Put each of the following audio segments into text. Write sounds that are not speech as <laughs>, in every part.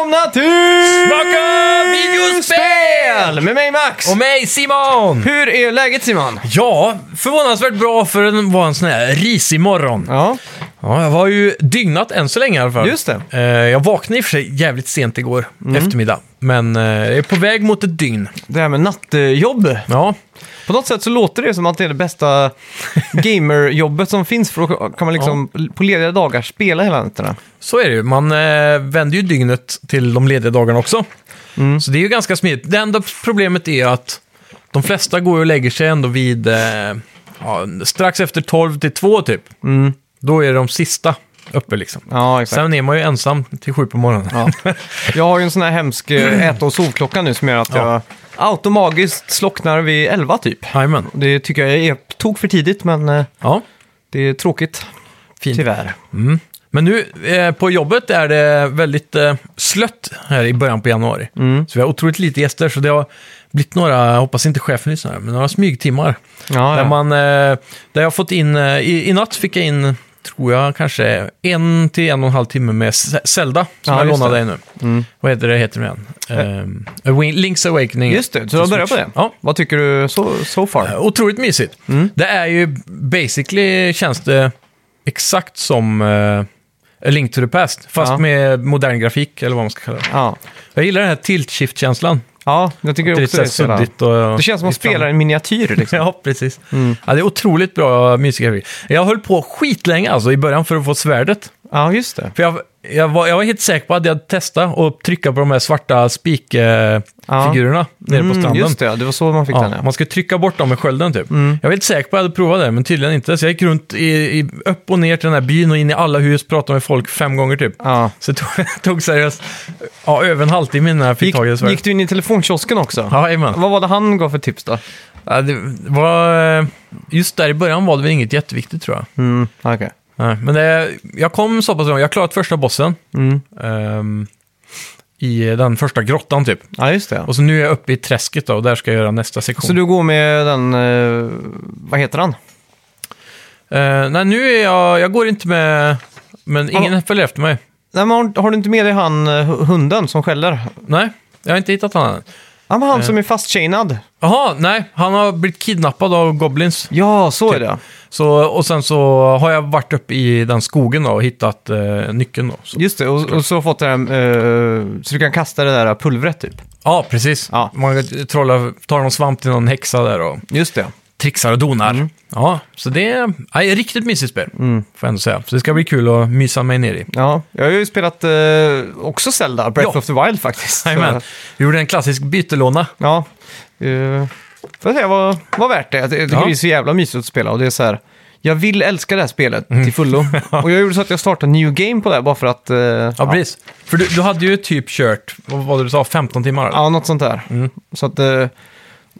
Natur! Snacka videospel! Med mig Max! Och mig Simon! Hur är läget Simon? Ja, förvånansvärt bra för att vara en sån här risig morgon. Ja, Ja, jag var ju dygnat än så länge i alla fall. Just det. Mm. Eh, Jag vaknade i och för sig jävligt sent igår eftermiddag. Men eh, jag är på väg mot ett dygn. det här med nattjobb. Ja, På något sätt så låter det som att det är det <laughs> bästa gamerjobbet som finns. För då kan man liksom på lediga dagar spela hela nätterna. så är det ju. Man eh, vänder ju dygnet till de lediga dagarna också. Mm. Så det är ju ganska smidigt. Det enda problemet är att de flesta går och lägger sig ändå vid eh, ja, strax efter 12 till 2 typ. Mm. Då är det de sista uppe liksom. Ja, exakt. Sen är man ju ensam till sju på morgonen. Ja. <laughs> Jag har ju en sån här hemsk <clears throat> eh, äta och sovklocka nu som gör att jag Ja. automatiskt slocknar vid 11 typ. Jajamän. Det tycker jag är tok för tidigt, men eh, Ja, det är tråkigt. fint. Tyvärr. Mm. Men nu eh, på jobbet är det väldigt eh, slött här i början på januari. Mm. Så vi har otroligt lite gäster, så det har blivit några, jag hoppas inte chefen lyssnar, men några smygtimmar. Ja, Där, ja. man, eh, där jag har fått in, eh, i, i natt fick jag in, tror jag, kanske en till en och en halv timme med Z- Zelda, som Ja, jag just lånade det. dig nu. Mm. Eh. Vad heter det, heter det igen? Ehm, Awa- Link's Awakening. Just det, så jag börjar på det. Ja. Vad tycker du so, so far? Eh, Otroligt mysigt. Mm. Det är ju basically känns det exakt som eh, A Link to the Past, fast Ja. med modern grafik eller vad man ska kalla det. Ja, Jag gillar den här tilt-shift-känslan. ja jag Det tycker är lite också så här det. är sådär. suddigt och... Det känns som att man fritt fram. spelar en <laughs> miniatyr liksom. Ja, precis. Mm. Ja, det är otroligt bra mysig grafik. Jag höll på skitlänge alltså i början för att få svärdet. Ja, just det. För jag, jag, var, jag var helt säker på att jag hade testat och trycka på de här svarta spikfigurerna nere på stranden. Mm, just det, det var så man fick Ja, den. Ja. Mm. Man ska trycka bort dem med skölden typ. Jag var inte säker på att jag hade provat det, men tydligen inte. Så jag gick runt i, i, upp och ner till den här byn och in i alla hus, pratade med folk fem gånger typ. Ja. Så det tog, <laughs> tog seriöst ja, över en halvtimme innan jag fick Gick, tag i det svärdet. gick du in i telefonkiosken också? Ja, jajamän. Vad var det han gav för tips då? ja, det var, eh, Just där i början var det väl inget jätteviktigt tror jag. Mm, okej. Nej, men det, jag kom så pass långt, jag klarat första bossen. Mm. ehm, I den första grottan typ. Ja, just det. Och så nu är jag uppe i träsket då, och där ska jag göra nästa sektion. Så du går med den, eh, vad heter han? Eh, nej, nu är jag... Jag går inte med... Men ingen följer efter mig. Nej, men har, har du inte med dig han eh, hunden som skäller? Nej, jag har inte hittat honom än. Ja, men han Eh. som är fastchainad. Jaha, nej. Han har blivit kidnappad av Goblins. Ja, så är Typ. det. Så, och sen så har jag varit uppe i den skogen då och hittat eh, nyckeln då. Så. Just det, och, och så har fått det här, eh, så du kan kasta det där pulvret typ. Ja, precis. Ja. Man trollar, tar någon svamp till någon häxa där och Just det. trixar och donar. Ja, så det är nej, riktigt mysigt spel, får jag ändå säga. Så det ska bli kul att mysa mig ner i. Ja, jag har ju spelat eh, också Zelda, Breath Ja. of the Wild faktiskt. Jajamän. Så, Vi gjorde en klassisk bytelåna. ja. Uh, för att säga vad, vad värt det. Jag tycker Ja. det är så jävla mysigt att spela och det är så här. Jag vill älska det här spelet Mm. <laughs> till fullo. Och jag gjorde så att jag startade New Game på det här bara för att... eh, Ja, precis. För du, du hade ju typ kört, vad var det du sa, 15 timmar? eller? Ja, något sånt där. Mm. Så att... eh,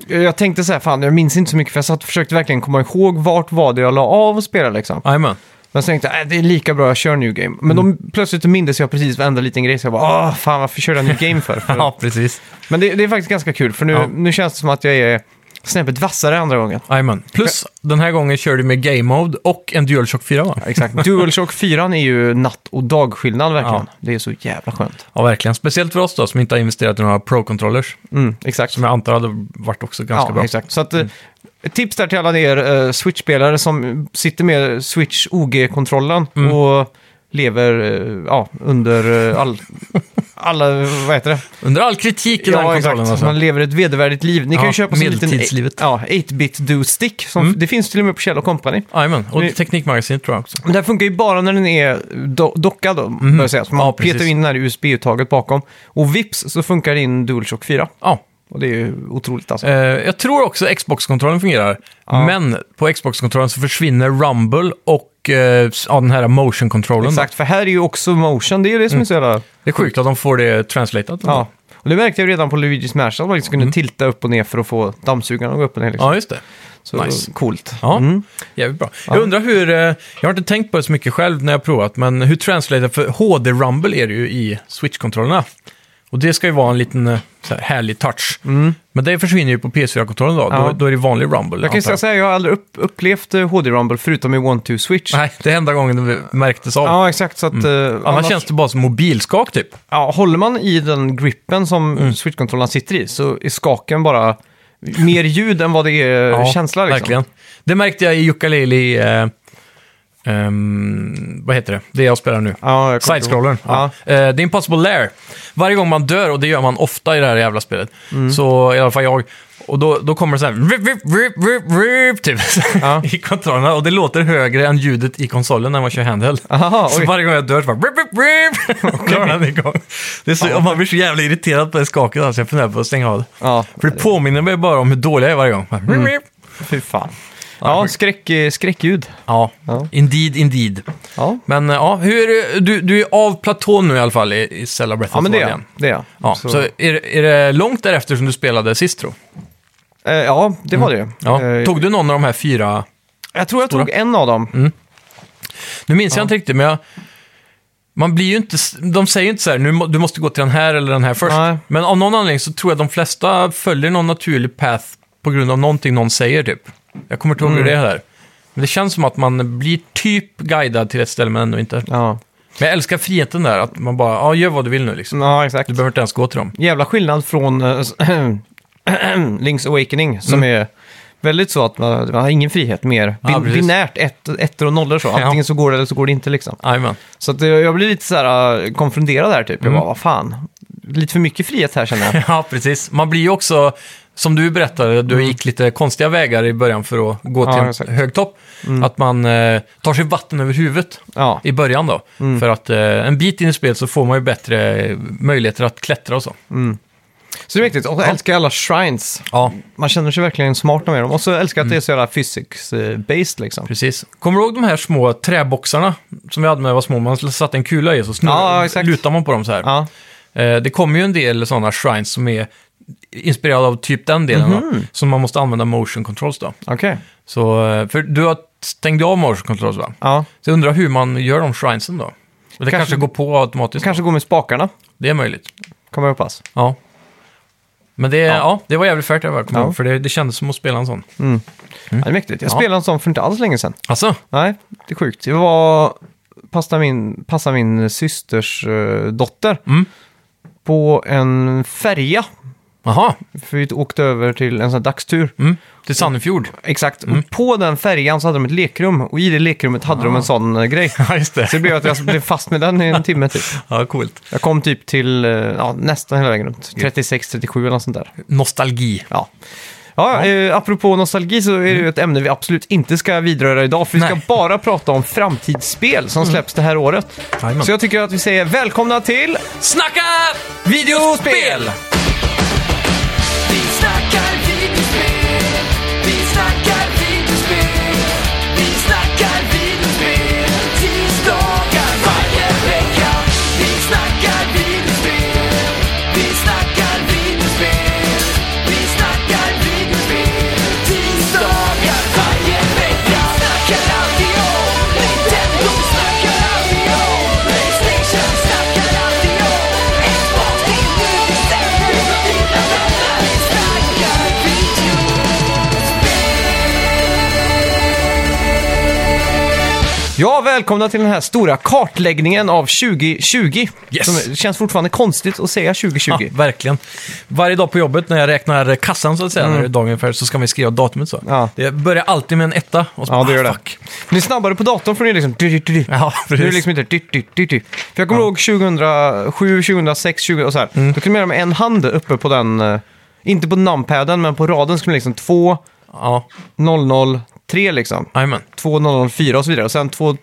jag tänkte så här, fan jag minns inte så mycket för jag satt och försökte verkligen komma ihåg vart var det jag la av och spela liksom. Jajamän. Men sen tänkte jag, äh, det är lika bra jag kör New Game. Men Mm. då plötsligt mindes jag precis varenda liten grej så jag bara, åh fan varför körde jag New <laughs> Game för? för Ja, precis. Men det, det är faktiskt ganska kul för nu, Ja. nu känns det som att jag är snäppet vassare andra gången. Jajamän. Plus, den här gången kör du med Game Mode och en DualShock 4, va? <laughs> Exakt. DualShock 4 är ju natt och dagskillnad verkligen. Ja. Det är så jävla skönt. Ja, verkligen. Speciellt för oss då, som inte har investerat i några Pro-controllers. Mm, exakt. Som jag antar hade varit också ganska ja, bra. Mm. exakt. Så att, eh, ett tips där till alla er eh, Switch-spelare som sitter med Switch OG-kontrollen Mm. och lever eh, ja, under eh, all, <laughs> alla, vad heter det? Under all kritik i den här kontrollen alltså. Man lever ett vedervärdigt liv. Ni kan Ja, ju köpa sig en liten medeltidslivet. Mm. ja, 8-bit do-stick. som- Det finns till och med på Kjell Company. Jajamän, och Vi- Teknikmagasinet tror jag också. Men den funkar ju bara när den är do- dockad då, bör jag säga. Så man Mhm. Ja, precis. petar in det här USB-uttaget bakom. Och vips så funkar det in DualShock 4. Ja. Och det är ju otroligt alltså. Eh, jag tror också Xbox-kontrollen fungerar. Ja. Men på Xbox-kontrollen så försvinner Rumble och eh, s- ja, den här motion-kontrollen. då. Mm. Exakt, för här är ju också motion. Det är ju det som är så jävla... Det är sjukt att de får det translatat. Ja. Och det märkte jag redan på Luigi's Mansion att man liksom kunde Mm. tilta upp och ner för att få dammsugaren att gå upp och ner. Liksom. ja, just det. så nice. coolt. Ja, jävligt bra. Jag undrar hur, eh, jag har inte tänkt på det så mycket själv när jag provat, men hur translated, för HD Rumble är det ju i Switch-kontrollerna. Och det ska ju vara en liten eh, så här, härlig touch. Men det försvinner ju på PS4-kontrollen då. Mm. Ja. då. Då är det vanlig Rumble. Jag kan ju antar säga så här, jag har aldrig upp, upplevt eh, HD Rumble förutom i One Two Switch. Nej, det är enda gången det märktes av. Ja, exakt. Så att, eh, annars, känns det bara som mobilskak typ. ja, håller man i den gripen som Mm. Switch-kontrollen sitter i så är skaken bara mer ljud än vad det är känsla. Liksom. Verkligen. Det märkte jag i Ukulele, eh, ehm, vad heter det? Det jag spelar nu. Ja, jag kommer inte ihåg. Sidescrollern. Ja. Eh, The Impossible Lair. Varje gång man dör, och det gör man ofta i det här jävla spelet, Mm. så i alla fall jag, och då, då kommer det så här rip, rip, rip, rip, rip, typ, Ja. <laughs> i kontrollerna. Och det låter högre än ljudet i konsolen när man kör handheld. <laughs> Aha, så oj. varje gång jag dör så bara rip, rip, rip, <laughs> och klarar den igång. Det är så, och man blir så jävla irriterad på det skaket, alltså jag funderar på att stänga av det. Ja, För det påminner mig bara om hur dålig jag är varje gång. Bara, Mm. rip, rip. fy fan. Ja, skräck, eh, skräckljud. Ja. Ja. indeed, indeed. Ja, Men eh, ja, hur är det? Du, du är av platån nu i alla fall i, i Zelda Breath of ja men the det Wild är igen. det. Är. jag. Ja, så, är, det- är det långt därefter som du spelade sist tro? eh, ja, det var det. Mm. Ja. Eh, Tog Mm. du någon av de här fyra? jag tror jag tog en av dem. Nu minns jag inte riktigt, men jag... Man blir ju inte, s- de säger ju inte så här, nu må, du måste gå till den här eller den här först. Nej. Men av någon anledning så tror jag de flesta följer någon naturlig path på grund av någonting någon säger typ. Jag kommer inte ihåg Mm. hur det är där. Men det känns som att man blir typ guidad till ett ställe men ändå inte. Ja, Men jag älskar friheten där, att man bara, ja gör vad du vill nu liksom. ja exakt. Du behöver inte ens gå till dem. jävla skillnad från eh, <clears throat> Link's Awakening som är väldigt så att man, man har ingen frihet mer. Mm. Ja, Bin, precis. binärt, ett, ettor och nollor så. Ja. Antingen så går det eller så går det inte liksom. Jajamän. Så att eh, jag blir lite så här eh, konfronterad där typ. Jag bara, vad fan. Lite för mycket frihet här <laughs> känner jag. <laughs> Ja, precis. Man blir ju också, som du berättade, du gick lite konstiga vägar i början för att gå Mm. Ja, till exakt. Mm. en hög topp. Att man eh, tar sig vatten över huvudet Ja, i början då. Mm. För att eh, en bit in i spelet så får man ju bättre eh, möjligheter att klättra och så. så det är viktigt. Och så älskar jag alla shrines. Ja, Man känner sig verkligen smart med dem. Och så älskar jag att det är så jävla physics-based liksom. precis. Kommer du ihåg de här små träboxarna som vi hade när vi var små? Man satte en kula i och så snurr, Ja, exakt. lutar man på dem så här. Ja, Eh, Det kommer ju en del sådana shrines som är inspirerade av typ den delen. va? Mhm. Som man måste använda motion controls då. okej. Så, eh, för du har stängt av motion controls va? Ja. Så jag undrar hur man gör de shrinesen då? Men det kanske, Kanske- går på automatiskt. Kanske gå med spakarna, Det är möjligt. kommer jag hoppas. Ja. Men det, ja. det var jävligt färdigt jag bara kom Ja. ihåg, för det, det kändes som att spela en sån. Mm. Ja, det är mäktigt. Jag Ja. spelade en sån för inte alls länge sedan. Alltså, Nej, det är sjukt. Jag var passa min, passa min systers eh, dotter Mm. på en färja. jaha, För vi åkte över till en sån här dagstur. mm. till Sannefjord. Exakt. Mm. Och på den färjan så hade de ett lekrum. Och i det lekrummet hade de en sån eh, grej. <laughs> Ah. <laughs> Ja, just det. Så det blev att jag blev fast med den i en timme typ. Ja, coolt. Jag kom typ till eh, ja, nästan hela vägen runt. 36-37 eller något sånt där. Nostalgi. Ja. Ja, Eh, apropå nostalgi så är det ju ett ämne vi absolut inte ska vidröra idag. För vi ska Mm. Nej. Mm. bara prata om framtidsspel som släpps det här året. Jajamän. Så jag tycker att vi säger välkomna till... Snacka videospel! Vi snackar videospel, vi snackar videospel, vi snackar videospel tisdagar varje vecka. Vi snackar videospel, vi snackar videospel, vi snackar videospel tisdagar varje vecka. Vi snackar alltid om Nintendo, vi snackar alltid om Playstation, vi snackar alltid om Xbox, det är nu vi sänder ut dina vänner. Vi snackar video. Ja, välkomna till den här stora kartläggningen av 2020. Yes. Som känns fortfarande konstigt att säga 2020. Ja, verkligen. Varje dag på jobbet när jag räknar kassan så att säga, när det är dagen ungefär, så ska man ju skriva datumet så. Mm. Ja. Det börjar alltid med en etta och så Ja, bara, det gör det. fuck. Ni är snabbare på datorn för ni är liksom... Du, du, du, du. Ja, Nu är det precis. liksom inte... Du, du, du, du. För jag kommer ihåg 2007, 2006, 20 och så här. Mm. Då kunde man göra med en hand uppe på den... eh, Inte på numpaden, men på raden skulle man liksom 2, Ja, 0, 03 liksom. jajamän. 2004 och så vidare. Och sen 2,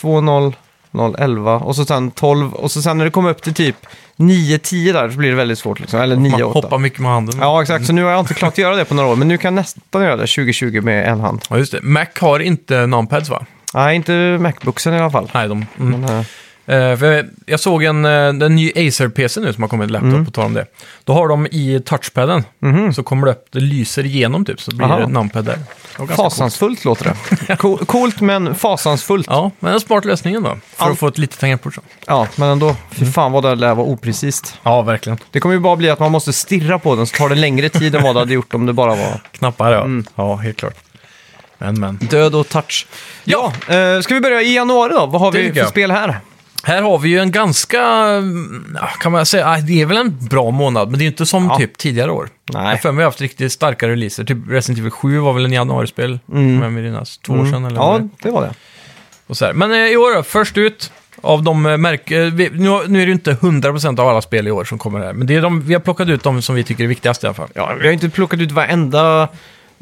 2011 och så sen 12 och så sen när det kommer upp till typ 9-10 där så blir det väldigt svårt liksom. Eller Man 9-8. hoppar mycket med handen. Ja, exakt. Så nu har jag inte klart att göra det på några år, men nu kan jag nästan göra det 2020 med en hand. Ja, just det. Mac har inte numpads va? Nej, inte Macbooksen i alla fall. Nej, de... Mm. Men, eh, Eh, för jag- jag såg en, eh, en ny Acer-PC nu som har kommit i Mm. laptop, på tal om det. Då har de i touchpaden, så kommer det upp, det lyser igenom typ, så blir Mm-hmm. Aha. det ett numpad där. Det var ganska coolt. Fasansfullt låter <laughs> det. Co- Coolt men fasansfullt. Ja. Ja, men en smart lösning ändå, för Allt- att få ett litet tangentbord. så. men ändå. Fy Mm. fan vad det lär vara oprecist. Ja, verkligen. Det kommer ju bara bli att man måste stirra på den så tar det längre tid än vad det hade gjort om det bara var Knappar, ja. Ja, helt klart. Men, men. Mm. död och touch. Ja, eh, ska vi börja i januari då? Vad har Det vi tycker för jag. spel här? Här har vi ju en ganska, mm, ja, kan man säga, ah, det är väl en bra månad, men det är ju inte som Ja. typ tidigare år. Nej. Jag har för mig haft riktigt starka releaser, typ Resident Evil 7 var väl en januarispel, om jag minns, alltså två år sedan eller vad det Mm. Ja, är. det var det. och så här. Men eh, i år då, först ut av de eh, märk... eh, vi- Nu, har- nu är det ju inte 100% av alla spel i år som kommer här, men det är de, vi har plockat ut de som vi tycker är viktigast i alla fall. Ja, vi har inte plockat ut varenda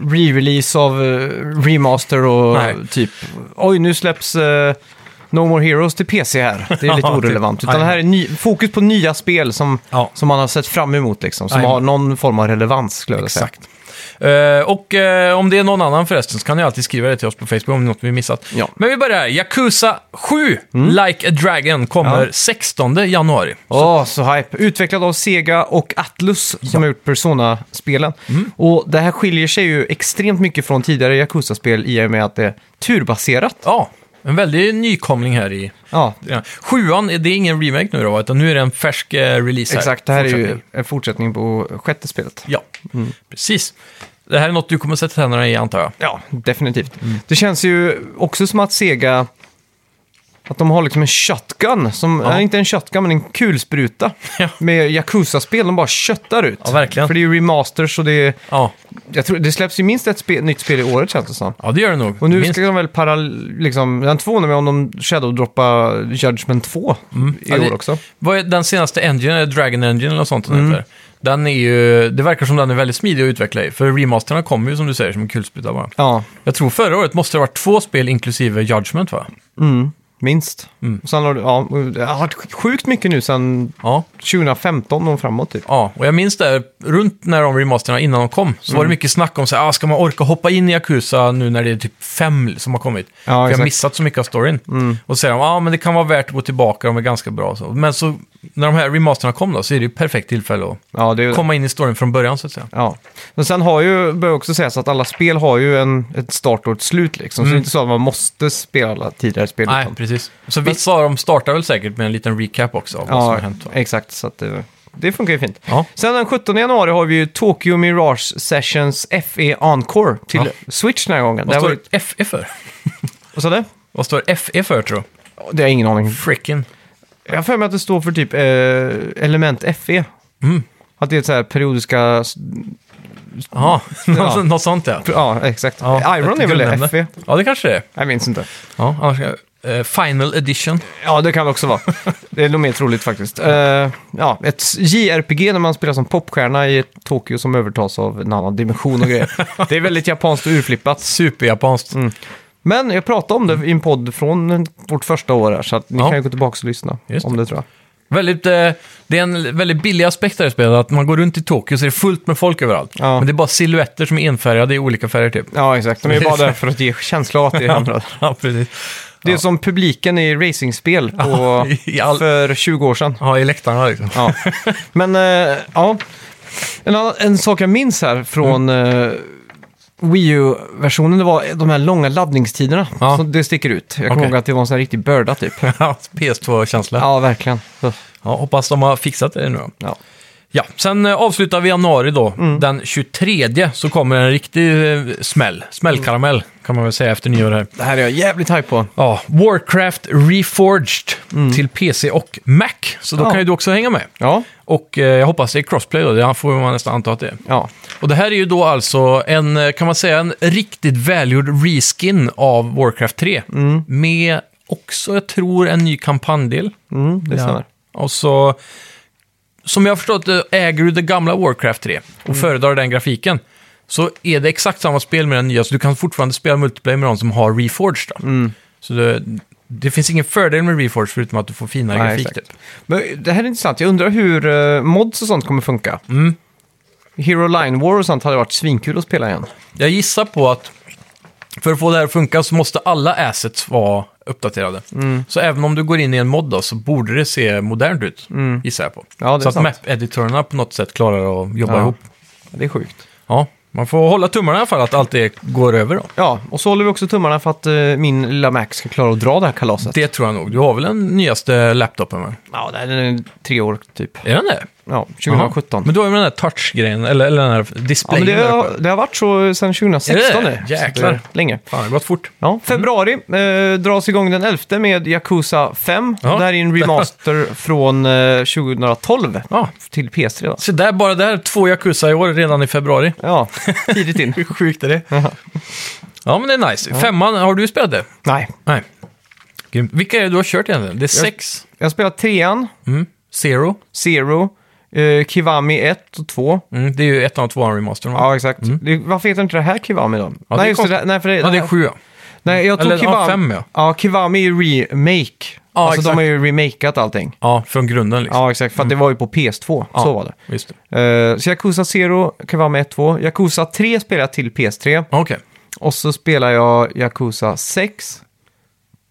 re-release av eh, remaster och Nej. typ oj nu släpps eh, No More Heroes till PC här. <laughs> Det är lite Ja, typ. orelevant. Utan Nej. det här är ny, fokus på nya spel som, Ja. som man har sett fram emot liksom. Som Nej. har någon form av relevans skulle jag säga. Exakt. Eh, och eh, om det är någon annan förresten så kan ni alltid skriva det till oss på Facebook om det är något vi missat. Ja. Mm. Men vi börjar här. Yakuza 7, Like a Dragon, kommer Ja. 16 januari. Åh, så hype. Utvecklad av Sega och Atlus som har gjort Persona-spelen. Mm. Och det här skiljer sig ju extremt mycket från tidigare Yakuza-spel i och med att det är turbaserat. Ja, en väldig nykomling här i... Ja, Ja. Sjuan, är det är ingen remake nu då, va? utan nu är det en färsk eh, release här. exakt. Det här är ju Mm. Fortsättning. en fortsättning på sjätte spelet. Ja, precis. Det här är något du kommer sätta tänderna i antar jag. Ja, definitivt. Mm. Det känns ju också som att Sega... Att de har liksom en shotgun, som, Ja. nej, inte en shotgun men en kulspruta. <laughs> Ja. Med Yakuza-spel, de bara köttar ut. Ja, verkligen. För det är ju remasters och det är... Ja, Jag tror, det släpps ju minst ett spe, nytt spel i året känns det som. ja det gör det nog. Och nu Minst. ska de väl parallell, liksom, den tvåan är med om de shadow-droppa Judgment 2 i Mm. Ja, det- år också. Vad är den senaste engine, Dragon Engine eller något sånt den heter? Den är ju, det verkar som den är väldigt smidig att utveckla i, för remasterna kommer ju som du säger som en kulspruta bara. Ja, Jag tror förra året måste det ha varit två spel inklusive Judgment va? mm, minst. Mm. Sen har du, ja, det har varit sjukt mycket nu sen Ja. 2015 och framåt typ. Ja, och jag minns där, runt när de remasterna innan de kom, så var det mycket snack om så här, ah, ska man orka hoppa in i Yakuza nu när det är typ fem som har kommit? För jag har exakt. missat så mycket av storyn. Och så säger de, ja ah, men det kan vara värt att gå tillbaka, de är ganska bra. och Så. Men så, när de här remasterna kom då, så är det ju perfekt tillfälle att Ja, det är ju komma in i storyn från början så att säga. Ja, men sen har ju, bör också sägas att alla spel har ju en, ett start och ett slut liksom. Så det är inte så att man måste spela alla tidigare spel. Mm. Nej, utan- precis. Så vissa av dem startar väl säkert med en liten recap också av vad som ja, har hänt. Va? exakt. Så att det, det funkar ju fint. Ja. Sen den 17 januari har vi ju Tokyo Mirage Sessions FE Encore till Ja. Switch den här gången. Vad det här står var, ju- FE för? vad sa du? Vad står FE för tror du? Det har jag ingen aning. Frickin'. Jag har för mig att det står för typ eh, element FE. Mm. Att det är så här periodiska... s- Jaha, Ja. <laughs> något sånt ja. Ja, exakt. Ja, Iron är ett väl E. det? guldämne. FE? Ja, det kanske det är. Jag minns inte. Ja, annars, eh, Final Edition. Ja, det kan det också vara. Det är nog mer troligt faktiskt. Eh, ja, ett JRPG när man spelar som popstjärna i ett Tokyo som övertas av en annan dimension <laughs> och grejer. Det är väldigt japanskt och urflippat. Superjapanskt. Mm. Men jag pratade om det i en podd från vårt första år här, så att ni Ja. kan ju gå tillbaka och lyssna Just om det tror jag. Väldigt, eh, det är en väldigt billig aspekt här i spelet, att man går runt i Tokyo så är det fullt med folk överallt. Ja. Men det är bara silhuetter som är enfärgade i olika färger typ. Ja, exakt. De är ju bara där för att ge känsla av att det är andra. <laughs> ja, precis. Det är som publiken i racingspel på, Ja, i all- för 20 år sedan. Ja, i läktarna liksom. Ja. Men eh, ja, en, annan, en sak jag minns här från Mm. eh, Wii U-versionen, det var de här långa laddningstiderna. Ja. Så det sticker ut. Jag kommer Okej. ihåg att det var en sån här riktig börda typ. <laughs> Ja, PS2-känsla. Ja. <laughs> Ja, verkligen. Så, hoppas de har fixat det nu då. ja. Ja, sen eh, avslutar vi januari då. Mm. Den 23 så kommer en riktig eh, smäll. Smällkaramell kan man väl säga efter nyår här. Det här är jag jävligt hype på. Ja, Warcraft Reforged till PC och Mac. Så då Mm. Ja. kan ju du också hänga med. Ja, Och eh, jag hoppas det är crossplay då, det får man nästan anta att det är. ja. Och det här är ju då alltså en, eh, kan man säga, en riktigt välgjord reskin av Warcraft 3. Med också, jag tror, en ny kampanjdel. Mm, det stämmer. Och så, som jag har förstått det, äger du det gamla Warcraft 3 och Mm. föredrar den grafiken. Så är det exakt samma spel med den nya, så du kan fortfarande spela multiplayer med de som har Reforged. Då. Mm. Så det, det finns ingen fördel med Reforged förutom att du får finare Nej, grafik. exakt. Typ. Men det här är intressant. Jag undrar hur eh, mods och sånt kommer funka. Mm. Hero Line War och sånt hade varit svinkul att spela igen. Jag gissar på att för att få det här att funka så måste alla assets vara uppdaterade. Mm. Så även om du går in i en mod då, så borde det se modernt ut, gissar jag på. Mm. Ja, det är så att sant. map-editorerna på något sätt klarar att jobba Ja. ihop. Det är sjukt. Ja, man får hålla tummarna i alla fall att allt det går över då. Ja, och så håller vi också tummarna för att eh, min lilla Mac ska klara att dra det här kalaset. Det tror jag nog. Du har väl den nyaste laptopen? va? Ja, det är tre år typ. Är den det? Ja, 2017. Jaha. Men då är det den här touch-grejen, eller, eller den här Ja, displayen. men det, där har, uppe. det har varit så sedan Är 2016 nu. det? Så det är Jäklar. Länge. Fan, det har gått fort. Ja, februari eh, dras igång den 11 med Yakuza 5. Ja. Det här är en <laughs> remaster från eh, 2012 Ja, till PS3. Då. så där, bara där, två Yakuza i år redan i februari. Ja, tidigt in. <laughs> Hur sjukt är det? ja, men det är nice. Femman, har du spelat det? Nej, Nej. Grymt. Vilka är det du har kört egentligen? Det är sex. jag har spelat trean, Mm. Zero. Zero, eh, Kiwami 1 och 2. Mm, det är ju ett av tvåan remastern. va? Ja, exakt. Det, varför heter inte det här Kiwami då? Ja, det är nej, just det, konstigt. där- nej, för det, ja, det är sju. Ja. nej, jag tog Eller, ja, Kiwami. fem, ja. ja, Kiwami är ju remake. Ja, alltså exakt. de har ju remakat allting. ja, från grunden liksom. Ja, exakt. För att det var ju på PS2. Ja, Så var det. Just det. Eh, så Yakuza Zero, Kiwami 1, 2. Yakuza 3 spelar jag till PS3. Okej. Och så spelar jag Yakuza 6.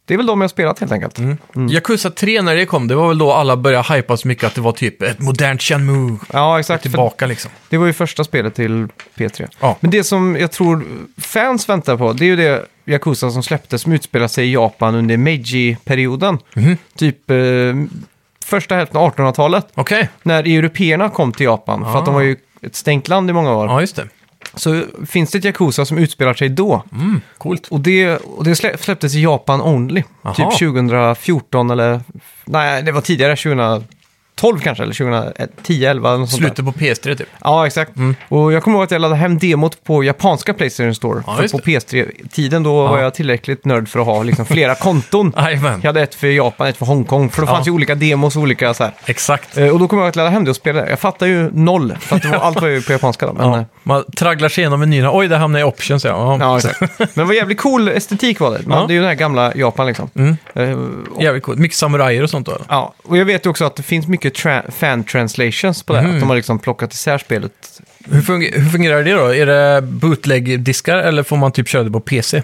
Det är väl de jag har spelat helt enkelt. Mm. Yakuza 3 när det kom, det var väl då alla började hypa så mycket att det var typ ett modernt Shenmue Ja, exakt. För tillbaka liksom. det var ju första spelet till P3. Ja. Men det som jag tror fans väntar på, det är ju det Yakuza som släpptes som utspelar sig i Japan under Meiji-perioden. Mhm. Typ eh, första hälften av 1800-talet. Okej, När européerna kom till Japan, för att de var ju Ah. ett stängt land i många år. ja just det. Så finns det ett Yakuza som utspelar sig då. Mm, coolt. Och det, och det slä- släpptes i Japan only. Aha. Typ 2014 eller... Nej, det var tidigare. 2012 kanske, eller 2010, 11 eller något sånt där. Slutet på PS3 typ. Ja, exakt. Och jag kommer ihåg att jag laddade hem demot på japanska Playstation Store. Ja, för just på det. PS3-tiden då var jag tillräckligt nörd för att ha liksom, flera konton. <laughs> Jajamän, Jag hade ett för Japan, ett för Hongkong, för då Ja. fanns ju olika demos och olika så här. exakt. Eh, Och då kommer jag ihåg att ladda hem det och spela det. Jag fattar ju noll, för att det <laughs> var, allt var ju på japanska då. Men, Ja. eh, Man tragglar sig igenom menyerna. Oj, där hamnade jag i options. Ja. Ja. <laughs> Ja, exakt. Men det var jävligt cool estetik var det. Man, Ja. Mm. Det är ju den här gamla Japan liksom. Eh, Jävligt coolt. Mycket samurajer och sånt då? eller? Ja, och jag vet ju också att det finns mycket tra- fan-translations på det här. Mm. Att de har liksom plockat isär spelet. Hur, funger- hur fungerar det då? Är det bootleg-diskar eller får man typ köra det på PC?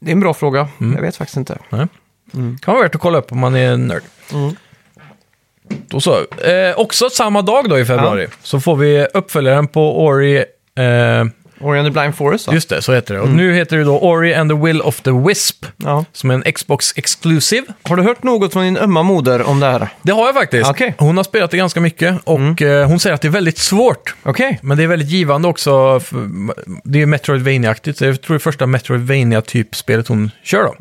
Det är en bra fråga. Mm. Jag vet faktiskt inte. Nej. Kan vara värt att kolla upp om man är en nörd. Då så. Eh, också samma dag då i februari så får vi uppföljaren på Ori... Eh, Ori and the Blind Forest, va? just det, så heter det. Och nu heter det då Ori and the Will of the Wisp. Ja. Som är en Xbox Exclusive. Har du hört något från din ömma moder om det här? Det har jag faktiskt. Okej. Hon har spelat det ganska mycket och eh, hon säger att det är väldigt svårt. Okej. Men det är väldigt givande också. för- Det är Metroidvania-aktigt. så Jag tror det är första Metroidvania-typspelet hon kör då.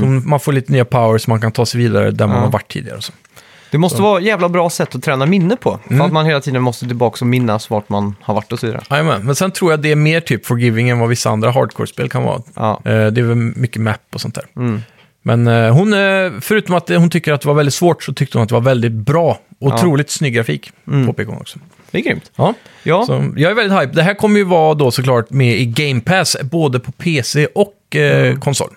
Så man får lite nya powers, man kan ta sig vidare där man har varit tidigare. och Så. Mm. Det måste vara jävla bra sätt att träna minne på. För att man hela tiden måste tillbaka och minnas vart man har varit och så vidare. Jajamän, men sen tror jag det är mer typ forgiving än vad vissa andra hardcore-spel kan vara. Ja. Eh, Det är väl mycket map och sånt där. Men eh, hon, eh, förutom att hon tycker att det var väldigt svårt så tyckte hon att det var väldigt bra. Otroligt snygg grafik, påpekade hon också. Det är grymt. Ja. Ja, Så jag är väldigt hype. Det här kommer ju vara då såklart med i Game Pass, både på PC och eh, konsol.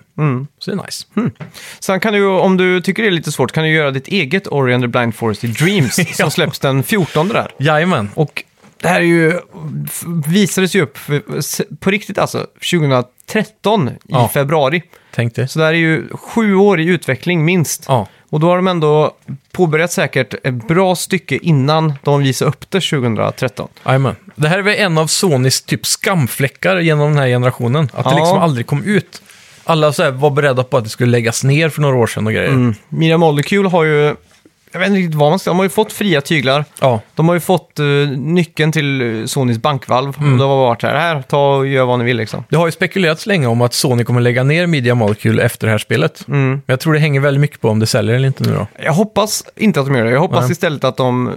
Så det är nice. sen kan du om du tycker det är lite svårt kan du göra ditt eget Ori and the Blind Forest <laughs> i Dreams som släpps den 14 där. Jajamän. Och det här är ju, f- visades ju upp för- s- på riktigt alltså 2013 i Ja. februari. Tänk det. Så det här är ju sju år i utveckling minst. Ja. Och då har de ändå påbörjat säkert ett bra stycke innan de visade upp det 2013. Jajamän. Det här är väl en av Sonys typ skamfläckar genom den här generationen. Att det Ja. liksom aldrig kom ut. Alla så här var beredda på att det skulle läggas ner för några år sedan och grejer. Media Molecule Mm. har ju, jag vet inte riktigt vad man ska, de har ju fått fria tyglar. Ja. De har ju fått eh, nyckeln till eh, Sonys bankvalv. Mm. Och då har varit här, här, ta och gör vad ni vill liksom. Det har ju spekulerats länge om att Sony kommer lägga ner Media Molecule efter det här spelet. Mm. Men jag tror det hänger väldigt mycket på om det säljer eller inte nu då. Jag hoppas inte att de gör det. Jag hoppas Nej. istället att de...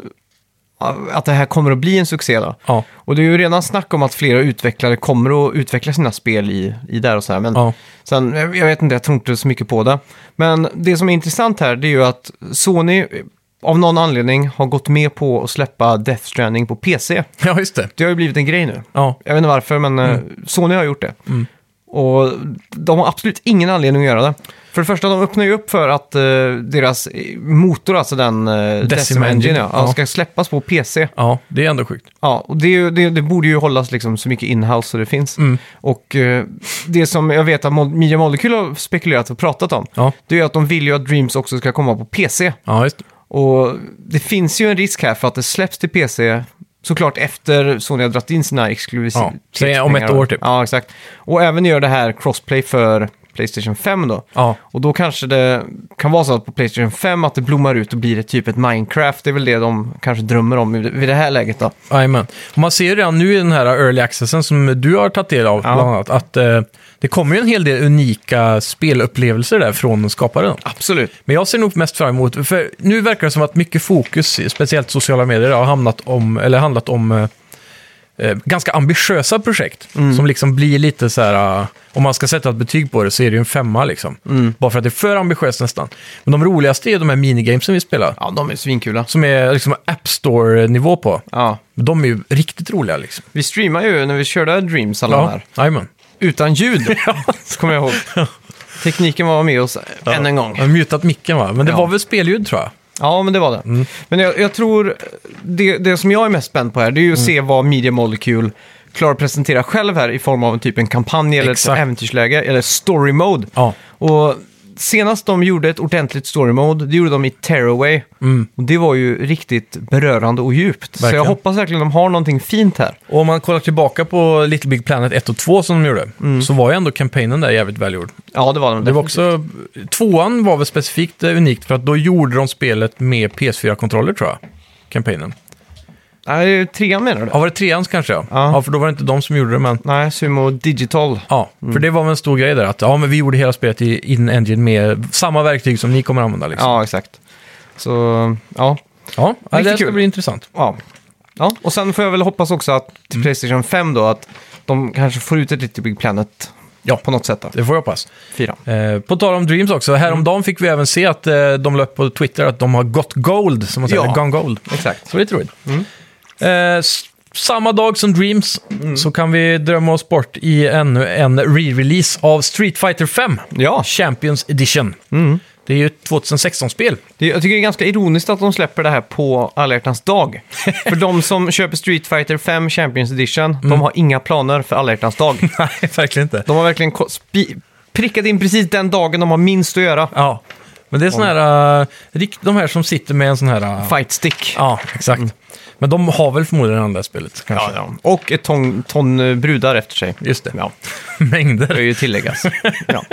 eh, Att det här kommer att bli en succé då. Ja. <laughs> Och det är ju redan snack om att flera utvecklare kommer att utveckla sina spel i, i där och så här. Men Ja. sen, eh, jag jag vet inte, jag tror inte så mycket på det. Men det som är intressant här, det är ju att Sony eh, av någon anledning har gått med på att släppa Death Stranding på PC. Ja, just det. Det har ju blivit en grej nu. Ja. Jag vet inte Mm. varför, men eh, Sony har gjort det. Och de har absolut ingen anledning att göra det. För det första, de öppnar ju upp för att eh, deras eh, motor, alltså den eh, Decim, Engine, Engine, ja, ja. ska släppas på PC. Ja, det är ändå sjukt. Ja, och det, är ju- det, det borde ju hållas liksom så mycket inhouse så det finns. Mm. Och eh, det som jag vet att Mo- Mia Molecule har spekulerat och pratat om, Ja, det är ju att de vill ju att Dreams också ska komma på PC. ja just det. Och det finns ju en risk här för att det släpps till PC, såklart efter Sony har dragit in sina Ja, exklusiva... säg om ett år typ. Ja, exakt. Och även gör det här crossplay för Playstation 5 då. Ja, Och då kanske det kan vara så att på Playstation 5 att det blommar ut och blir ett typ ett Minecraft. Det är väl det de kanske drömmer om i- vid det här läget då. jajamän. Och Man ser ju redan nu i den här early accessen som du har tagit del av, Ja. bland annat, att eh, det kommer ju en hel del unika spelupplevelser där från skaparen. Absolut. Men jag ser nog mest fram emot, för nu verkar det som att mycket fokus, i speciellt sociala medier, har hamnat om, eller handlat om eh, eh, ganska ambitiösa projekt. Mm. Som liksom blir lite så här, eh, om man ska sätta ett betyg på det så är det ju en femma liksom. Mm. Bara för att det är för ambitiöst nästan. Men de roligaste är de här minigamesen vi spelar, Ja, de är svinkula. som är liksom App Store-nivå på. Ja. De är ju riktigt roliga liksom. Vi streamar ju när vi körde Dreams alla de Ja, här. jajamän. <laughs> Utan ljud, kommer jag ihåg. Tekniken var med oss än en gång. Jag har mutat micken va? Men det Ja. var väl spelljud tror jag. Ja, men det var det. Mm. Men jag, jag tror det, det som jag är mest spänd på här, det är ju att Mm. se vad Media Molecule klarar att presentera själv här i form av en typ en kampanj eller Exakt. ett äventyrsläge eller story mode. Ja. Och senast de gjorde ett ordentligt story mode, det gjorde de i Tearaway. Och det var ju riktigt berörande och djupt. Så jag Mm. Verkligen. hoppas verkligen de har någonting fint här. Och om man kollar tillbaka på Little Big Planet 1 och 2 som de gjorde, Mm. så var ju ändå kampanjen där jävligt välgjord. Ja, det var de. Det var också, tvåan var väl specifikt eh, unikt för att då gjorde de spelet med PS4-kontroller tror jag. Kampanjen. Nej, trean menar du? Ja, var det treans kanske? Ja. Ja. ja, för då var det inte de som gjorde det, men... Nej, Sumo Digital. Ja, Mm. för det var väl en stor grej där att ja, men vi gjorde hela spelet i in-engine med samma verktyg som ni kommer använda. Liksom. Ja, exakt. Så, Ja, ja. ja det Riktigt här ska kul. bli intressant. Ja. ja. Och sen får jag väl hoppas också att till Playstation 5 då, att de kanske får ut ett Little Big Planet. Ja. På något sätt då. Det får jag hoppas. Fyra. Eh, på tal om Dreams också, häromdagen fick vi även se att eh, de la upp på Twitter att de har gått gold, som man säger, Ja. gone gold. Exakt. Så det är roligt. Eh, s- samma dag som Dreams så kan vi drömma oss bort i ännu en re-release av Street Fighter 5. Ja, Champions Edition. Det är ju ett <laughs> 2016-spel. det, jag tycker det är ganska ironiskt att de släpper det här på alla hjärtans dag. för de som köper Street Fighter 5 Champions Edition, de har inga planer för alla hjärtans dag. Nej, verkligen inte. De har verkligen ko- spi- prickat in precis den dagen de har minst att göra. Ja, men det är såna här... eh, rikt- de här som sitter med en sån här... eh, Fight stick. Ja, exakt. Men de har väl förmodligen det andra spelet kanske. Ja, ja. Och ett ton, ton eh, brudar efter sig. Just det. Ja. <laughs> bör Mängder. ju tilläggas. <laughs> ja.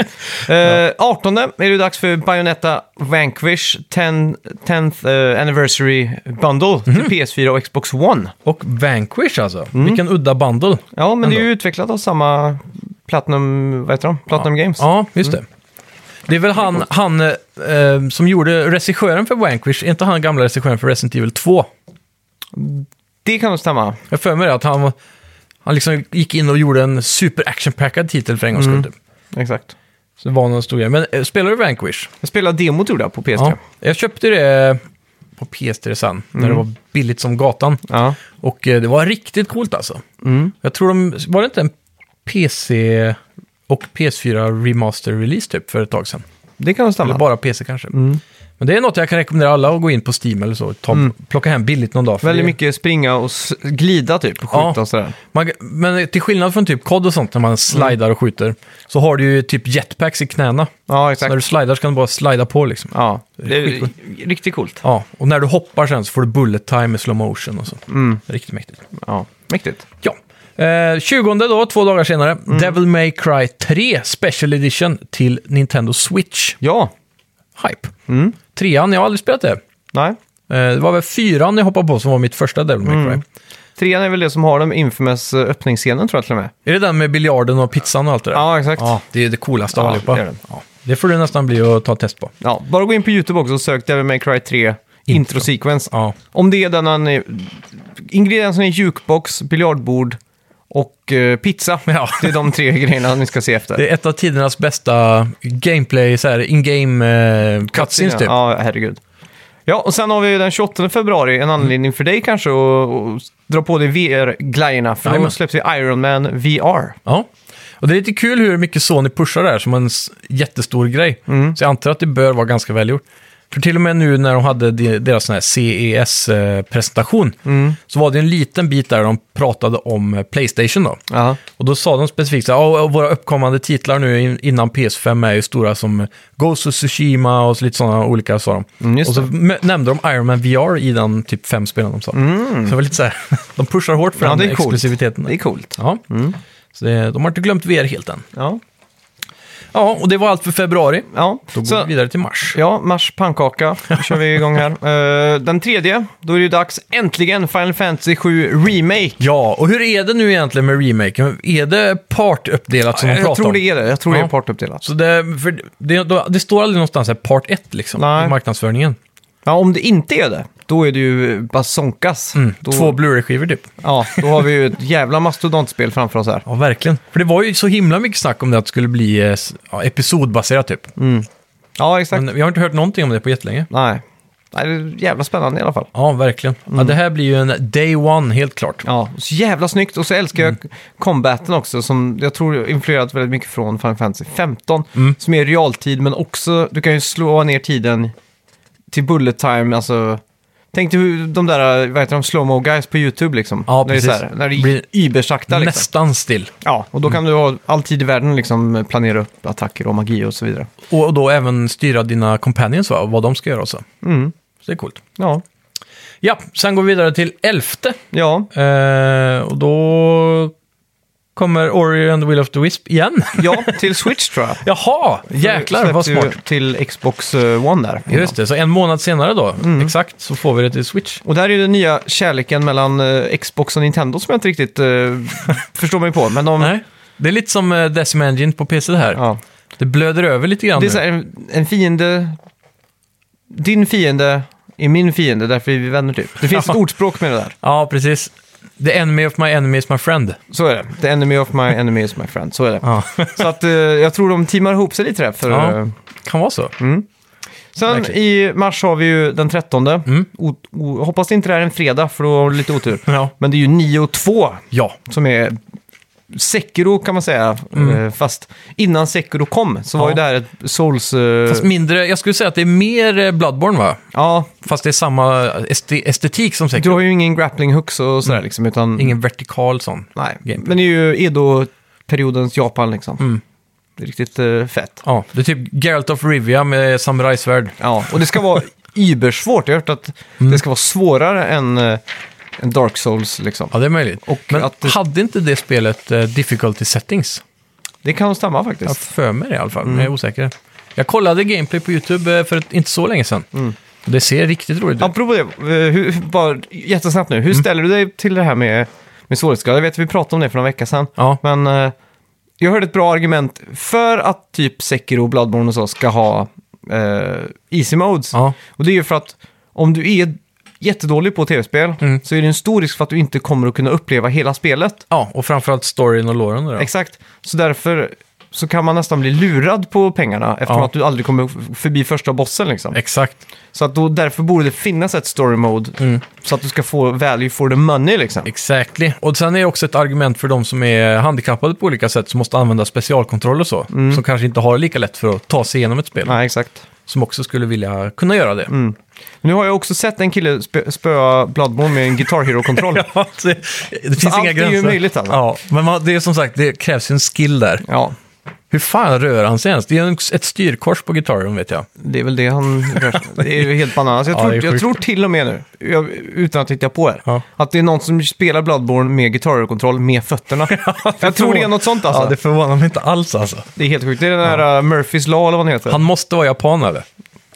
Eh, 18 är det dags för Bayonetta Vanquish 10th eh, Anniversary Bundle Mhm. till PS4 och Xbox One. Och Vanquish alltså. Mm. Vilken udda bundle. Ja, men det är ju utvecklat av samma Platinum, vad heter de? Platinum Games. Ja, just det. Det är väl han, han eh, eh, som gjorde regissören för Vanquish, är inte han gamla regissören för Resident Evil 2? Det kan nog stämma. Jag har för mig det, att han, han liksom gick in och gjorde en super action-packad titel för en gångs skull. typ. Exakt. Så det var någon stor grej. Men eh, spelar du Vanquish? Jag spelade demot gjorde jag på PS3. Ja. Ja. Jag köpte det eh, på PS3 sen, när det var billigt som gatan. Och eh, det var riktigt coolt alltså. Jag tror de, var det inte en PC och PS4 remaster-release typ för ett tag sedan? det kan nog Eller stämma. bara PC kanske. Mm. Men det är något jag kan rekommendera alla att gå in på Steam eller så. Ta, Plocka hem billigt någon dag. för Väldigt det- mycket springa och s- glida typ, och skjuta Ja. och sådär. Man, men till skillnad från typ kod och sånt när man slidar och skjuter, så har du ju typ jetpacks i knäna. Ja, Så när exakt. du slidar så kan du bara slida på liksom. Ja, det är Skitcoolt. riktigt coolt. Ja, och när du hoppar sen så får du bullet time i slow motion och så. Mm. Riktigt mäktigt. Ja, mäktigt. Ja. Eh, 20 då, två dagar senare, Mm. Devil May Cry 3 Special Edition till Nintendo Switch. Ja, Hype. Mm. Trean, jag har aldrig spelat det. nej. Eh, Det var väl fyran jag hoppade på som var mitt första Devil May Cry. Mm. Trean är väl det som har den infamous eh, öppningsscenen tror jag till och med. Är det den med biljarden och pizzan och allt det där? Ja, exakt. Ja, det är det coolaste av Ja, allihopa. det Det, är det. Ja. det får du nästan bli att ta ett test på. Ja, bara gå in på YouTube också och sök Devil May Cry 3 Intro. intro sequence. Ja, Om det är den han... är- Ingredienserna är jukebox, biljardbord och eh, pizza. Ja. Det är <laughs> de tre grejerna ni ska se efter. det är ett av tidernas bästa gameplay, så här in-game eh, cutscenes typ. Ja, herregud. Ja, och sen har vi ju den 28 februari, Mm. en anledning för dig kanske att att dra på dig VR-glajjorna. För då Jajamän. släpps ju Iron Man VR. Ja. Och det är lite kul hur mycket Sony pushar det här som en s- jättestor grej. Mm. Så jag antar att det bör vara ganska välgjort. För till och med nu när de hade de- deras sån här E CES-presentation eh, Mm. så var det en liten bit där de pratade om eh, Playstation då. Ja. Och då sa de specifikt så här, "Ja, och våra uppkommande titlar nu in- innan PS5 är ju stora som Ghost of Tsushima och så lite sådana olika sa de. Mm, just och så m- nämnde de Iron Man VR i den typ fem spelen de sa. Så det var lite så här, <laughs> de pushar hårt för Mm. Ja, den det är coolt. exklusiviteten. Det är coolt. Mm. Ja. Så det, de har inte glömt VR helt än. Ja. Ja, och det var allt för februari. Ja. Då går Så, vi vidare till mars. ja, mars pannkaka Då kör vi <laughs> igång här. Eh, den tredje, då är det ju dags äntligen Final Fantasy 7 Remake. Ja, och hur är det nu egentligen med remaken? Är det part-uppdelat som de jag pratar tror om? det är det. Jag tror det Ja. är partuppdelat. Så det, för det, då- det står aldrig någonstans här part 1 liksom, Nej. i marknadsföringen. Ja, om det inte är det, då är det ju Basonkas. då, Mm, Två Blu-ray-skivor typ. ja, då har vi ju ett jävla mastodontspel framför oss här. Ja, verkligen. För det var ju så himla mycket snack om det att det skulle bli eh, s- ja, episodbaserat typ. Ja, exakt. Men vi har inte hört någonting om det på jättelänge. Nej. Nej, det är jävla spännande i alla fall. Ja, verkligen. Ja, det här blir ju en day one, helt klart. Ja, så jävla snyggt. Och så älskar jag Mm. combaten också, som jag tror är influerat väldigt mycket från Final Fantasy 15. Mm. Som är realtid, men också, du kan ju slå ner tiden till bullet time, alltså... Tänk dig hur de där, vad heter de, slow-mo guys på YouTube liksom. Ja, när det är, så precis. här, när det Blir Mm. är ybersakta liksom. Nästan still. Ja, och då kan du ha all tid i världen liksom planera upp attacker och magi och så vidare. Och, och då även styra dina companions, va? vad de ska göra och så. Mm. Så det är coolt. Ja, Ja, sen går vi vidare till elfte. ja, Eh, och då kommer Ori and the Will of the Wisp igen. ja till Switch tror jag. Jaha, <laughs> jäklar vad Släppte ju smart. Till Xbox eh, One där. Just det, så en månad senare då, exakt, så får vi det till Switch. Och där är ju den nya kärleken mellan eh, Xbox och Nintendo som jag inte <laughs> riktigt eh, förstår mig på. Men de, Nej. Det är lite som eh, Decim Engine på PC det här. ja. Det blöder över lite grann det är nu. så här, en, en fiende, din fiende är min fiende, därför är vi vänner typ. <laughs> Det finns ett ordspråk med det där. Ja, precis. The enemy of my enemy is my friend. Så är det. The enemy of my enemy is my friend. Så är det. Ja, Så att eh, jag tror de teamar ihop sig lite där. För, Ja. eh, <laughs> kan vara så. Sen Verkligen. Mm. i mars har vi ju den 13. O- o- hoppas det inte det är en fredag, för då har du lite otur. Ja. Men det är ju 9 och 2 Ja, som är Sekiro kan man säga. Eh, Fast innan Sekiro kom så var Mm. Ja. ju det här ett Souls... eh, fast mindre, jag skulle säga att det är mer eh, Bloodborne va? Ja, Fast det är samma este- estetik som säkert. du har ju ingen grappling hooks och sådär liksom, utan... Mm. Ingen vertikal sån. Nej, gameplay. Mm. men det är ju Edo-periodens Japan liksom. Det är riktigt eh, fett. Ja, det är typ Geralt of Rivia med samurajsvärd. Ja, och det <laughs> ska vara ybersvårt. Jag har hört att Mm. det ska vara svårare än, eh, än Dark Souls liksom. Ja, det är möjligt. Och Men att det- hade inte det spelet eh, difficulty settings? Det kan stämma Jag har faktiskt. för mig det i alla fall, men Mm. jag är osäker. Jag kollade gameplay på YouTube eh, för ett, inte så länge sedan. Mm. Det ser riktigt roligt ut. Apropå det, eh, hur, bara jättesnabbt nu. Hur Mm. ställer du dig till det här med, med svårighetsgrad? Jag vet att vi pratade om det för några veckor sedan. Ja. Men eh, jag hörde ett bra argument för att typ Sekiro, Bloodborne och så ska ha eh, easy modes. Ja. Och det är ju för att om du är jättedålig på tv-spel Mm. så är det en stor risk för att du inte kommer att kunna uppleva hela spelet. ja, och framförallt storyn och låren. då. Exakt. Så därför så kan man nästan bli lurad på pengarna eftersom Ja. att du aldrig kommer f- förbi första bossen liksom. Exakt. Så att då, därför borde det finnas ett story mode. Mm. Så att du ska få value for the money liksom. Exactly. Och sen är det också ett argument för de som är handikappade på olika sätt som måste använda specialkontroller och så. Som kanske inte har lika lätt för att ta sig igenom ett spel. Mm. Nej, Mm. exakt. Som också skulle vilja kunna göra det. <laughs> Nu har jag också sett en kille spö- spöa Bloodborne med en Guitar Hero-kontroll. <laughs> Ja, Alltså, det, det finns allt inga är ju gränser. möjligt, alltså. Ja, men man, det är som sagt, det krävs ju en skill där. ja, Hur fan rör han sig ens? Det är en, ett styrkors på gitarren vet jag. det är väl <laughs> det han... Det är ju helt bananas. Jag Ja, tror, det är jag sjukt. tror till och med nu, jag, utan att titta på er, Ja. att det är någon som spelar Bloodborne med Guitar Hero-kontroll <laughs> med fötterna. jag tror det är något sånt alltså. Ja, det det... förvånar mig inte alls alltså. är helt sjukt. Det är den här uh, Murphys Law eller vad den heter. Han måste vara japan eller?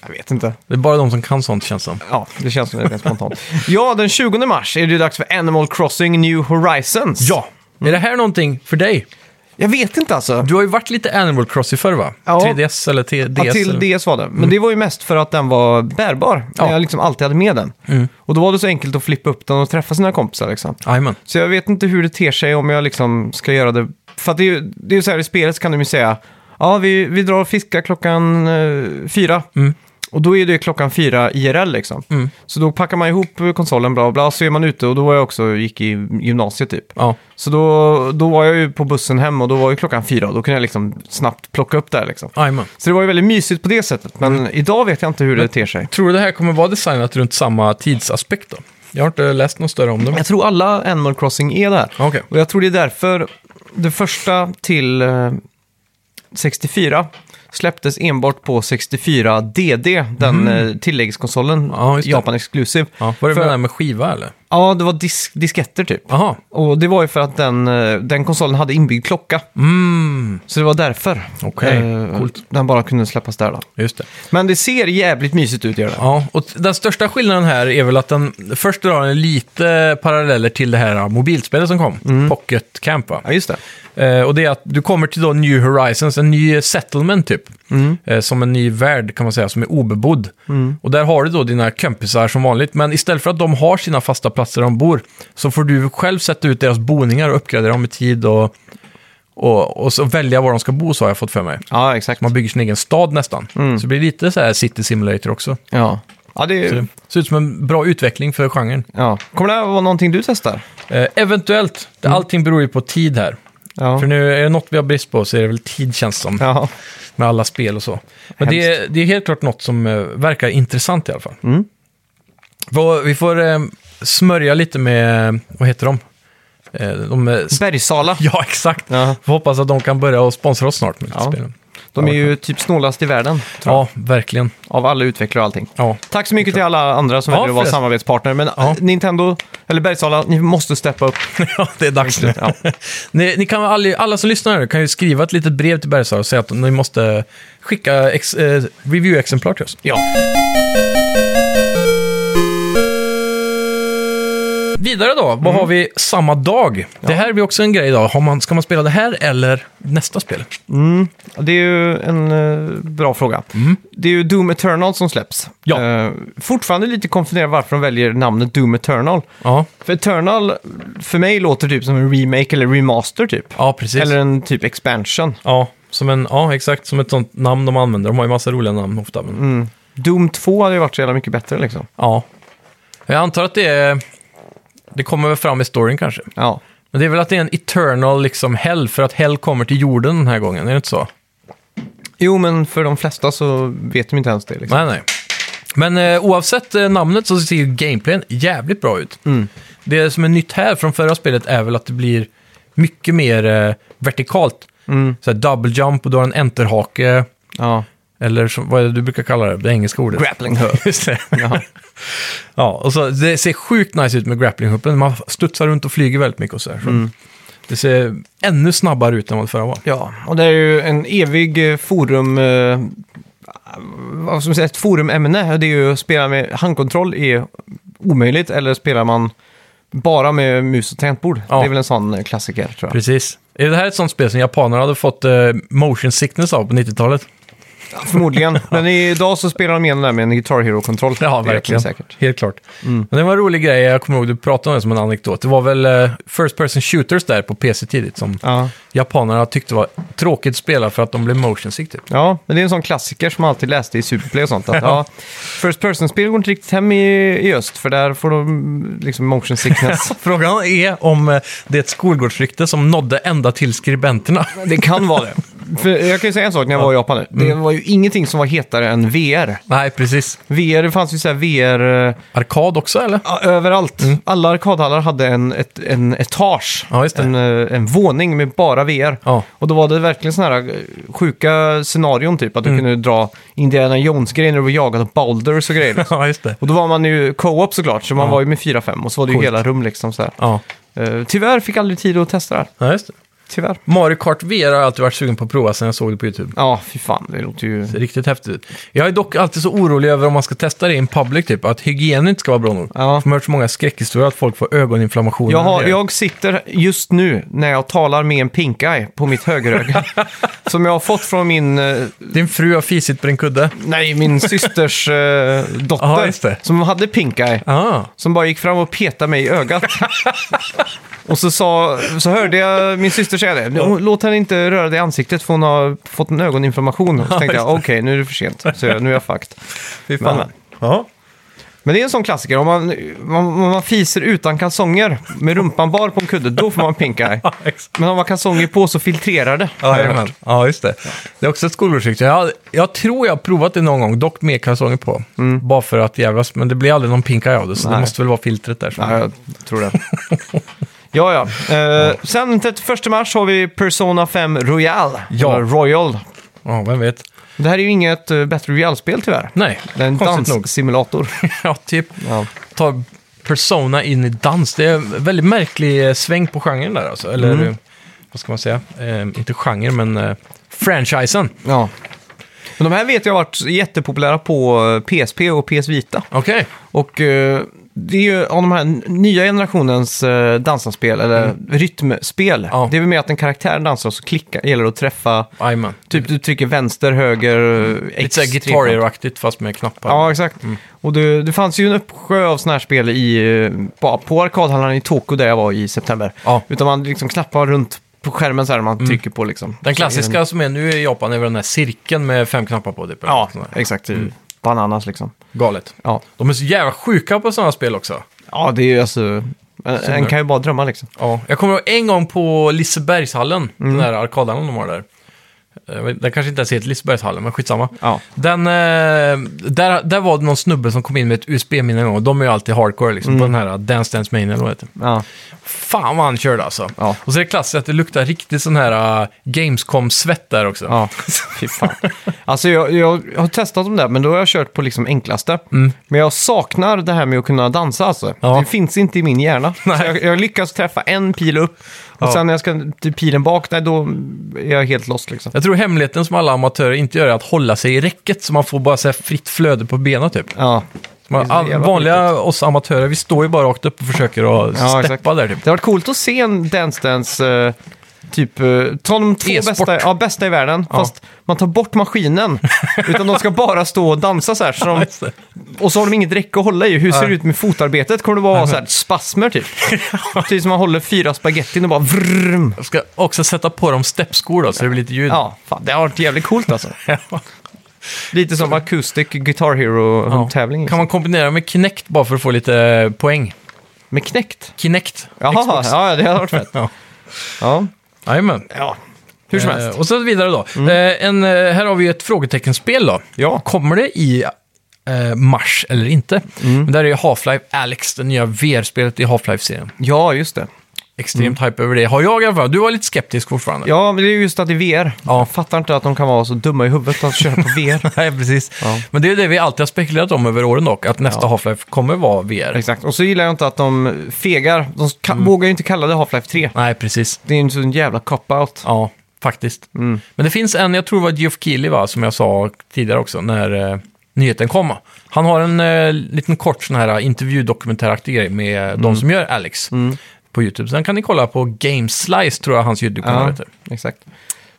Jag vet inte. Det är bara de som kan sånt känns som. Ja, det känns som det är spontant. Ja, den 20 mars är det ju dags för Animal Crossing New Horizons. Ja! Är Mm. det här någonting för dig? Jag vet inte alltså. Du har ju varit lite Animal Crossing förr va? Ja. 3DS eller T- DS? Ja, till eller? DS var det. Men det var ju mest för att den var bärbar. Ja. Mm. Jag liksom alltid hade med den. Och då var det så enkelt att flippa upp den och träffa sina kompisar. Liksom. Jajamän. Så jag vet inte hur det ter sig om jag liksom ska göra det. För att det är ju det är ju så här i spelet så kan de ju säga, ja vi, vi drar och fiskar klockan eh, fyra. Och då är det klockan fyra IRL liksom. Så då packar man ihop konsolen, bla bla, bla, så är man ute och då var jag också, gick i gymnasiet typ. Ja. Så då, då var jag ju på bussen hem och då var ju klockan fyra och då kunde jag liksom snabbt plocka upp det här liksom. Jajamän. Så det var ju väldigt mysigt på det sättet, men idag vet jag inte hur det ter sig. Tror du det här kommer vara designat runt samma tidsaspekt då? Jag har inte läst något större om det. men- Jag tror alla Animal Crossing är där. Okej. Och jag tror det är därför det första till eh, 64 släpptes enbart på 64 DD, den eh, tilläggskonsolen, Mm. Ja, just det. Japan Exclusive. Ja, var det För- med det här med skiva eller? Ja, det var disk disketter typ. Jaha. Och det var ju för att den, eh, den konsolen hade inbyggd klocka. Mm, Så det var därför. Okej, eh, coolt. Den bara kunde släppas där då. just det. Men det ser jävligt mysigt ut, gör det. Ja, och den största skillnaden här är väl att den först drar en lite paralleller till det här mobilspelet som kom, Mm. Pocket Camp va? Ja, just det. Eh, och det är att du kommer till då New Horizons, en ny settlement typ. Eh, som en ny värld kan man säga, som är obebodd. Och där har du då dina kompisar som vanligt, men istället för att de har sina fasta platser där de bor, så får du själv sätta ut deras boningar och uppgradera dem i tid och, och, och så välja var de ska bo, så har jag fått för mig. Ja, exakt. Man bygger sin egen stad nästan. Så det blir lite så här city simulator också. Ja. Ja, det Så är, det ser ut som en bra utveckling för genren. ja. Kommer det här vara någonting du testar? Eh, eventuellt, det, allting beror ju på tid här. Ja. För nu är det något vi har brist på så är det väl tid känns som. Ja. med alla spel och så. Men det är, det är helt klart något som eh, verkar intressant i alla fall. Mm. Vad- Vi får eh, smörja lite med, eh, vad heter de? Eh, de eh, s- <laughs> Bergsala. ja, exakt. Ja. Får hoppas att de kan börja och sponsra oss snart med lite Ja. spelen. De är ju typ snålast i världen, tror jag. Ja, verkligen. Av alla utvecklare och allting. Ja. <laughs> Tack så mycket till alla andra som Ja, väljer att vara förresten. samarbetspartner. Men eh, Nintendo, eller Bergsala, ni måste steppa upp. ja, det är dags nu. Ja. <laughs> Ni, ni kan, alla, alla som lyssnar nu kan ju skriva ett litet brev till Bergsala och säga att ni måste skicka ex, eh, review-exemplar till oss. Ja. Vidare då, vad har vi samma dag? Det här blir också en grej idag. Har man, ska man spela det här eller nästa spel? Det är ju en eh, bra fråga. Det är ju Doom Eternal som släpps. Mm. Ja. Eh, fortfarande lite konfunderad varför de väljer namnet Doom Eternal. Ja, För Eternal, för mig låter typ som en remake eller remaster typ. ja precis. Eller en typ expansion. Ja, som en, ja, exakt. Som ett sånt namn de använder. De har ju massa roliga namn ofta. Men, Doom 2 hade ju varit så jävla mycket bättre liksom. Ja. Jag antar att det är... Det kommer väl fram i storyn kanske. Ja, Men det är väl att det är en eternal liksom hell, för att hell kommer till jorden den här gången, är det inte så? Jo, men för de flesta så vet de inte ens det. Liksom. Nej, nej. Men eh, oavsett eh, namnet så ser ju gameplayen jävligt bra ut. Mm. Det som är nytt här från förra spelet är väl att det blir mycket mer eh, vertikalt. Mm. Så här double jump och du har en enterhake, Ja. eller som, vad är det du brukar kalla det? Det engelska ordet. Grappling <laughs> hook. Just det. Ja. ja, och så, det ser sjukt nice ut med grapplinghoopen. Man studsar runt och flyger väldigt mycket och så här. Så Det ser ännu snabbare ut än vad det förra var. Mm. ja, och det är ju en evig eh, forum... Eh, vad ska man säga? Ett forumämne. och Det är ju att spela med handkontroll är omöjligt. Eller spelar man bara med mus och tangentbord. Ja. Det är väl en sån eh, klassiker, tror jag. Precis. Är det här ett sånt spel som japanerna hade fått eh, motion sickness av på 90-talet? <laughs> Förmodligen. Men idag så spelar de igen det där med en Guitar Hero-kontroll. Ja, Det är verkligen. Säkert. Helt klart. Men det var en rolig grej, jag kommer ihåg du pratade om det som en anekdot. Det var väl eh, First Person Shooters där på PC tidigt som Ja. japanerna tyckte var tråkigt att spela för att de blev motion sick typ. Ja, men det är en sån klassiker som man alltid läste i Superplay och <laughs> sånt. Att, ja, first person-spel går inte riktigt hem i, i öst, för där får de mm, liksom motion sickness. <laughs> Frågan är om eh, det är ett skolgårdsrykte som nådde ända till skribenterna. <laughs> det kan vara det. Mm. För jag kan ju säga en sak när jag var i Japan nu. Det var ju ingenting som var hetare än VR. <laughs> Nej, precis. VR, det fanns ju så här VR eh, Arkad också eller? ja, överallt. Alla arkadhallar hade en, ett, en etage, Ja, just det. en, eh, en våning med bara VR. Ja. Och då var det verkligen sådana här eh, sjuka scenarion, typ att du kunde dra Indiana Jones-grejer när du var jagad av boulders och grejer. liksom. Ja, just det. Och då var man ju co-op såklart, så man var ju med fyra fem och så var det ju Coolt. hela rum liksom så här. Ja. Eh, tyvärr fick jag aldrig tid att testa det här. ja, just det. Tyvärr. Mario Kart VR har jag alltid varit sugen på att prova sedan jag såg det på YouTube. Ja, fy fan, det låter ju... Det är riktigt häftigt ut. Jag är dock alltid så orolig över om man ska testa det i en public, typ, att hygienen inte ska vara bra nog. Ja. För man har hört så många skräckhistorier att folk får ögoninflammationer. Jag, har, och grejer. jag sitter just nu när jag talar med en pink-eye på <laughs> mitt högeröga. som jag har fått från min, eh, Din fru har fisit på din kudde. nej, min systers eh, dotter. Ja, just det. Som hade pink-eye. Ah. <laughs> Som bara gick fram och petade mig i ögat. Och så, sa, så hörde jag min syster säga det. "Nå, Låt henne inte röra dig i ansiktet för hon har fått en ögoninflammation. Så tänkte jag, okej, nu är det för sent. Så jag, nu är jag fucked. Fy Men, fan. men. Ja. Men det är en sån klassiker. Om man, man, om man fiser utan kalsonger med rumpan bar på en kudde, då får man pink eye. Ja, exakt. Men om man har kalsonger på så filtrerar det. Ja, jajamän. ja, just det. Det är också ett skolprojekt. Jag, jag tror jag har provat det någon gång, dock med kalsonger på. Bara för att jävlas, men det blir aldrig någon pink eye av det, så det Mm. Nej. måste väl vara filtret där. som- Ja, jag tror det. Ja, ja. Eh, sen 31 mars har vi Persona 5 Royal. Ja. Eller Royal. Ja, vem vet. Det här är ju inget uh, Battle Royale-spel tyvärr. Nej, Det är en konstigt nog. <laughs> danssimulator. Ja, typ. Ja. Ta Persona in i dans. Det är en väldigt märklig eh, sväng på genren där alltså. Eller eh, vad ska man säga? Eh, inte genre, men eh, franchisen. ja. Men de här vet jag har varit jättepopulära på eh, PSP och PS Vita. Okej. Och eh, det är ju av de här n- nya generationens eh, dansarspel, eller rytmspel. Mm. Ja. Det är väl mer att en karaktär dansar och så klickar, gäller det att träffa. Jajamän. Typ du trycker vänster, höger, eh, Lite X. såhär tre gånger. gitarraktigt fast med knappar. Ja, exakt. Mm. Och det, det fanns ju en uppsjö av sådana här spel i, eh, på, på arkadhandlaren i Tokyo där jag var i september. Ja. Mm. Utan man liksom knappar runt på skärmen så här man trycker på liksom. Den Så är klassiska som är nu i Japan är väl den här cirkeln med fem knappar på. Typ. Ja, Sån här. exakt. Bananas liksom. Galet. Ja, De är så jävla sjuka på sådana spel också. ja det är ju alltså... En, en kan ju bara drömma liksom. Ja, Mm. jag kommer ihåg en gång på Lisebergshallen, den där arkadhallen de har där. Eh, Den kanske inte ens heter Lisebergshallen, men skitsamma. Ja. Den, eh, där, där var det någon snubbe som kom in med ett USB-minne en gång. De är ju alltid hardcore liksom, Mm. på den här Dance Dance Mania. eller vad det heter. Ja. Fan vad han körde alltså. Ja. Och så är det klassiskt att det luktar riktigt sån här eh, Gamescom-svett där också. <laughs> Ja, fy fan. Alltså jag, jag har testat dem där, men då har jag kört på liksom enklaste. Men jag saknar det här med att kunna dansa alltså. Mm. Ja. Det finns inte i <laughs> min hjärna. Nej. Så jag, jag lyckas träffa en pil upp och Ja. sen när jag ska till pilen bak, nej, då är jag helt lost liksom. Jag tror hemligheten som alla amatörer inte gör är att hålla sig i räcket så man får bara så här fritt flöde på benen typ. Ja. Man, Det är så all, jävla vanliga oss amatörer, vi står ju bara rakt upp och försöker att Ja, steppa där typ. Det har varit coolt att se en Dance Dance, eh, typ, eh, ta de två E-sport. bästa, ja, bästa i världen, fast man tar bort maskinen. utan de ska bara stå och dansa så här. Så de, Just det. och så har de inget räcke att hålla i. Hur ser Nej. det ut med fotarbetet? Kommer det bara vara så här spasmer typ? Precis som man håller fyra spagettin och bara vrrm. Jag ska också sätta på dem steppskor då, så det blir lite ljud. Ja, fan, det har varit jävligt coolt alltså. Ja. Lite som acoustic Ja. Guitar Hero-tävling. Kan Liksom. man kombinera med Kinect bara för att få lite eh, poäng? Med knäckt. Kinect. Jaha, Xbox. ja, det har varit fett. <laughs> Ja. Ja. Jajamän. ja, hur som helst. Mm. Eh, och så vidare då. Eh, en, eh, här har vi ett frågeteckenspel då. Ja. Kommer det i eh, mars eller inte? Mm. Men där är ju Half-Life Alex, det nya VR-spelet i Half-Life-serien. Ja, just det. Extremt hype över det. Har jag i alla fall. Du var lite skeptisk fortfarande. Mm. Ja, <laughs> men det är just att det är VR. Ja. Jag fattar inte att de kan vara så dumma i huvudet att köra på VR. <laughs> Nej, precis. Ja. Men det är det vi alltid har spekulerat om över åren dock, att nästa Half-Life kommer vara VR. Exakt. Och så gillar jag inte att de fegar. De ka- vågar ju inte kalla det Half-Life 3. Mm. Nej, precis. Det är ju en sån jävla cop-out. Ja, faktiskt. Mm. Men det finns en, jag tror det var Geoff Keighley, va, som jag sa tidigare också, när eh, nyheten kom. Han har en eh, liten kort sån här eh, intervjudokumentäraktig grej med Mm. de som gör Alex på YouTube. Sen kan ni kolla på Gameslice, tror jag hans YouTube-kanal Ja, heter. exakt.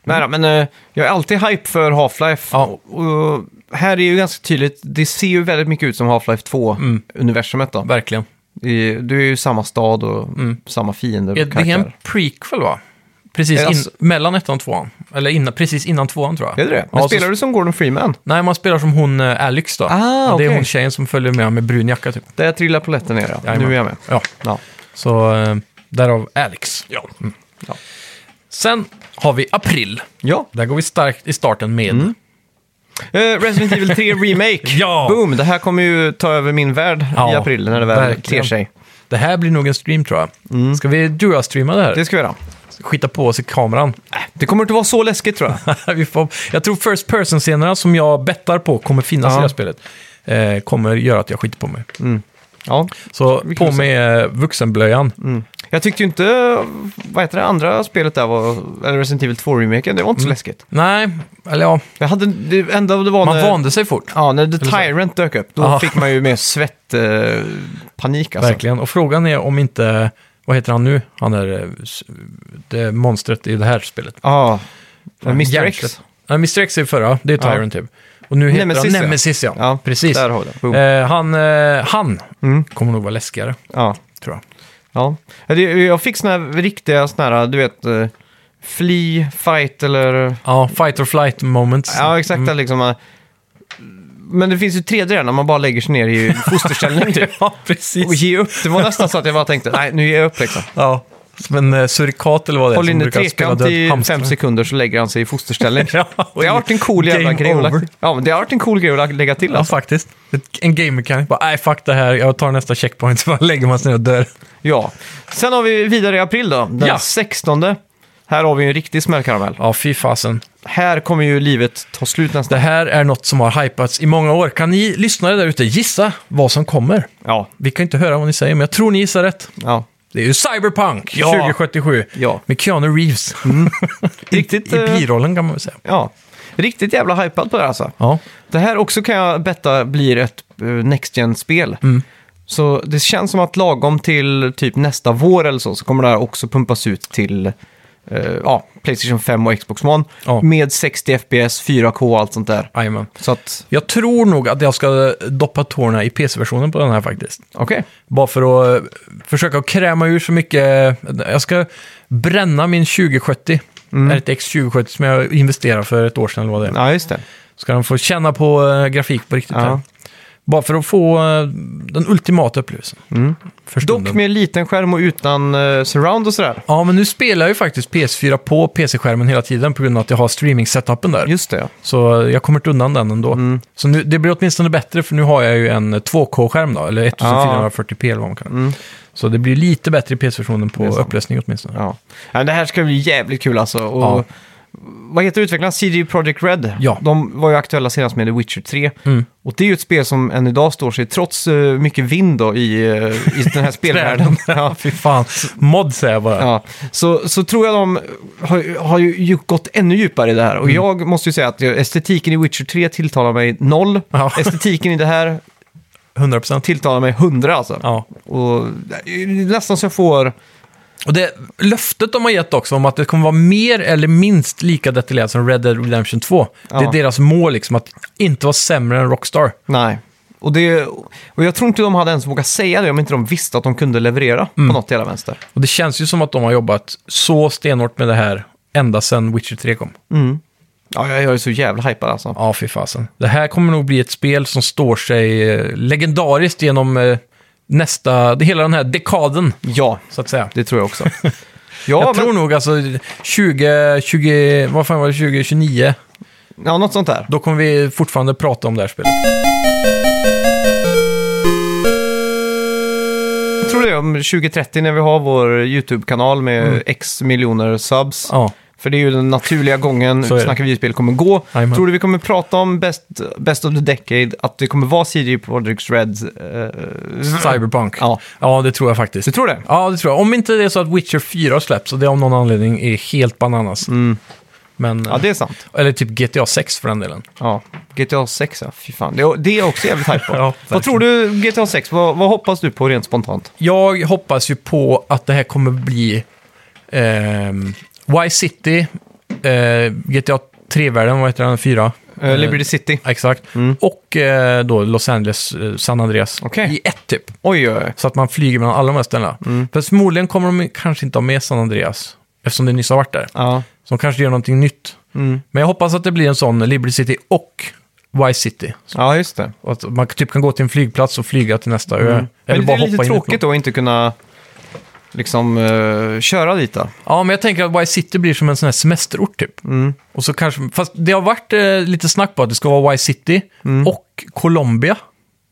Nej då, men eh, jag är alltid hype för Half-Life. Ja. Och här är ju ganska tydligt, det ser ju väldigt mycket ut som Half-Life Mm. 2-universumet då. Verkligen. I- Du är ju samma stad och samma fiender och Mm. Är det en karaktär. prequel, va? Precis Är in, det alltså- mellan ettan och tvåan. Eller innan, precis innan tvåan, tror jag. Är det det? Men Ja, så- spelar du som Gordon Freeman? Nej, man spelar som hon eh, Alex då. Ah, Det är okej. hon tjejen som följer med med brun jacka typ. Där trillar polletten ner, ja. Jajamän. Nu är jag med. Ja, Ja. så eh, därav Alex. Ja. Mm. Ja. Sen har vi april. ja. Där går vi starkt i starten med... Mm. Eh, Resident <laughs> Evil 3 Remake. Ja. Boom, det här kommer ju ta över min värld Ja, i april när det väl verkligen. ter sig. Det här blir nog en stream tror jag. Ska vi dual-streama det här? Mm. Det ska vi göra. Skita på oss i kameran. <laughs> Det kommer inte vara så läskigt tror jag. vi får... Jag tror first person-scenerna som jag bettar på kommer finnas i Ja. det här spelet. Eh, kommer göra att jag skiter på mig. ja. Så Vi på kan Mm. med eh, vuxenblöjan. Jag tyckte ju inte, vad heter det andra spelet där var, eller Resident Evil 2 remaken, det Mm. var inte så läskigt. Nej, eller ja, Jag hade, det enda det var man när, vande sig fort. ja, när så? The Tyrant dök upp, då Ja. fick man ju mer svettpanik eh, panik, alltså. Verkligen, och frågan är om inte, vad heter han nu, han är eh, s- det monstret i det här spelet. Ja, Mr X. Hjärntvätt. Nej, Mr X är förra, det är Ja. Tyrant typ. Och nu heter Nemesis, han ja. Nemesis, ja. Ja, Precis. Där har vi Mm. det. Boom. Eh, han eh, han kommer nog vara läskigare, Ja. tror jag. Ja. Ja, det- Jag fick såna här riktiga såna här, du vet, eh, flee, fight eller... Ja, fight or flight moments. Ja, exakt. där Liksom, eh, men det finns ju 3D där när man bara lägger sig <laughs> ner i fosterställning typ. <laughs> ja precis. Och ge upp. Det var nästan så att jag bara tänkte, nej nu ger jag upp liksom. Ja, som en eh, surikat eller vad det är Håll som inne brukar spela trekant död i hamster. fem sekunder så lägger han sig i fosterställning. <laughs> Ja, och det har varit en cool jävla game grej att lägga over. till. Ja, men det har varit en cool grej att lä- lägga till Ja, alltså. faktiskt. Ett- En gamer-mekanik bara, nej fuck det här, jag tar nästa checkpoint, <laughs> så bara lägger man sig ner och dör. Ja. Sen har vi vidare i april då, den Ja. 16. Här har vi ju en riktig smällkaramell. Ja, fy fasen. Här kommer ju livet ta slut nästan. Det här är något som har hypats i många år. Kan ni lyssnare där ute gissa vad som kommer? Ja, Vi kan ju inte höra vad ni säger, men jag tror ni gissar rätt. ja. Det är ju Cyberpunk Ja. 2077 Ja. Mm. med Keanu Reeves. <laughs> Riktigt, I, I eh, birollen kan man väl säga. ja. Riktigt jävla hypad på det här alltså. Ja, Det här också kan jag betta blir ett eh, Next Gen-spel. Så det känns som att lagom till typ nästa vår eller så, så kommer det här också pumpas ut till eh, ja, Playstation 5 och Xbox One. Ja. Med 60 FPS, 4K och allt sånt där. jajamän. Så att, Jag tror nog att jag ska doppa tårna i PC-versionen på den här faktiskt. okej. Bara för att eh, försöka kräma ur så mycket. eh, Jag ska bränna min 2070. RTX 2070 som jag investerade för ett år sedan eller vad det är. Mm. Ja, just det. Ska den få känna på eh, grafik på riktigt Ja. här. Bara för att få eh, den ultimata upplevelsen. För Mm. Dock stunden. med liten skärm och utan eh, surround och sådär. Ja, men nu spelar jag ju faktiskt PS4 på PC-skärmen hela tiden på grund av att jag har streaming-setupen där. Just det, ja. Så eh, jag kommer inte undan den ändå. Mm. Så nu, det blir åtminstone bättre för nu har jag ju en eh, 2K-skärm då, eller 1440p eller vad man kan. Så det blir lite bättre i PS-versionen på Mm. Det är sant. upplösning åtminstone. Ja. ja. ja men det här ska bli jävligt kul alltså. Och, Ja. Vad heter utvecklarna? CD Projekt Red. Ja. Mm. De var ju aktuella senast med The Witcher 3. Och det är ju ett spel som än idag står sig, trots eh, mycket vind då, i, eh, i <laughs> den här spelvärlden. ja. Fy fan, mod säger jag bara. Ja, så, så tror jag de har, har ju ju gått ännu djupare i det här. Mm. Och jag måste ju säga att jag- estetiken i Witcher 3 tilltalar mig noll. Ja. Estetiken i det här 100%. tilltalar mig hundra alltså. Ja. Och det är nästan så jag får... Och det löftet de har gett också om att det kommer vara mer eller minst lika detaljerat som Red Dead Redemption 2. Det Ja. är deras mål liksom, att inte vara sämre än Rockstar. Nej. Och, det, och jag tror inte de hade ens vågat säga det om inte de visste att de kunde leverera Mm. på något jävla vänster. Och det känns ju som att de har jobbat så stenhårt med det här ända sedan Witcher 3 kom. Ja, jag, jag är så jävla hypad alltså. Ja, fy fasen. Det här kommer nog bli ett spel som står sig eh, legendariskt genom eh, nästa, det- hela den här dekaden, Ja, så att säga. det tror jag också. <laughs> jag Ja, tror men, nog alltså 20, 20, vad fan var det, 2029, ja, något sånt där. då kommer vi fortfarande prata om det här spelet. Jag tror det är om 2030 när vi har vår YouTube-kanal med x miljoner subs. Mm. Ja, För det är ju den naturliga gången Så är det. Snacka videospel kommer gå. Jajamän. Tror du vi kommer prata om best, best of the Decade, att det kommer vara CD Projekt Reds... eh, Cyberpunk. Ja. ja, det tror jag faktiskt. du tror det? Ja, det tror jag. Om inte det är så att Witcher 4 har släppts, och det av någon anledning är helt bananas. Men, Mm. Ja, det är sant. Eller typ GTA 6 för den delen. Ja. GTA 6, ja. Fy fan. Det, det är jag också jävligt hype på. <laughs> Ja, verkligen. vad tror du, GTA 6, vad, vad hoppas du på rent spontant? Jag hoppas ju på att det här kommer bli ehm, Y City, eh, GTA 3-världen, vad heter den, 4? Eh, Liberty City. Exakt. Och eh, då Los Angeles, eh, San Andreas. Mm. Okej. Mm. I ett typ. Oj, oj, oj. Så att man flyger mellan alla de här ställena. För förmodligen kommer de kanske inte ha med San Andreas, eftersom det nyss har varit där. Ja. Så de kanske gör någonting nytt. Mm. Men jag hoppas att det blir en sån Liberty City och Vice City. ja, just det. Mm. Och att man typ kan gå till en flygplats och flyga till nästa ö. Men det är hoppa lite in i ett tråkigt då att inte kunna liksom eh, köra dit då. Ja, men jag tänker att Vice City blir som en sån här semesterort typ. Mm. Och så kanske, fast det har varit eh, lite snack på att det ska vara Vice City och Colombia.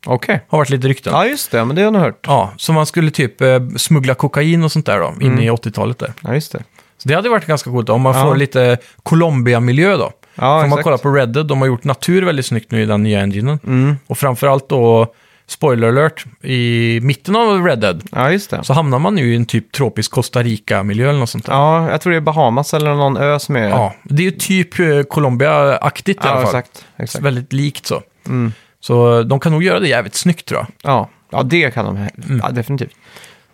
Okej. Har varit lite rykten. Ja. Mm. Ja, just det. Men det har jag nog hört. så man skulle typ eh, smuggla kokain och sånt där då, in i 80-talet där. Ja, just det. Så det hade varit ganska coolt då, om man Mm. Ja. får lite Colombia-miljö då. Ja, Om man exakt. kollar på Red Dead, de har gjort natur väldigt snyggt nu i den nya enginen. Mm. Och framförallt då, spoiler alert, i mitten av Red Dead Ja, just det. så hamnar man nu i en typ tropisk Costa Rica-miljö eller något sånt där. Ja, jag tror det är Bahamas eller någon ö som är... Ja, det är ju typ eh, Colombia-aktigt i alla ja fall. exakt. Så exakt. Mm. Väldigt likt så. Så eh, de kan nog göra det jävligt snyggt tror jag. Ja. ja, det kan de. Mm. Ja, definitivt.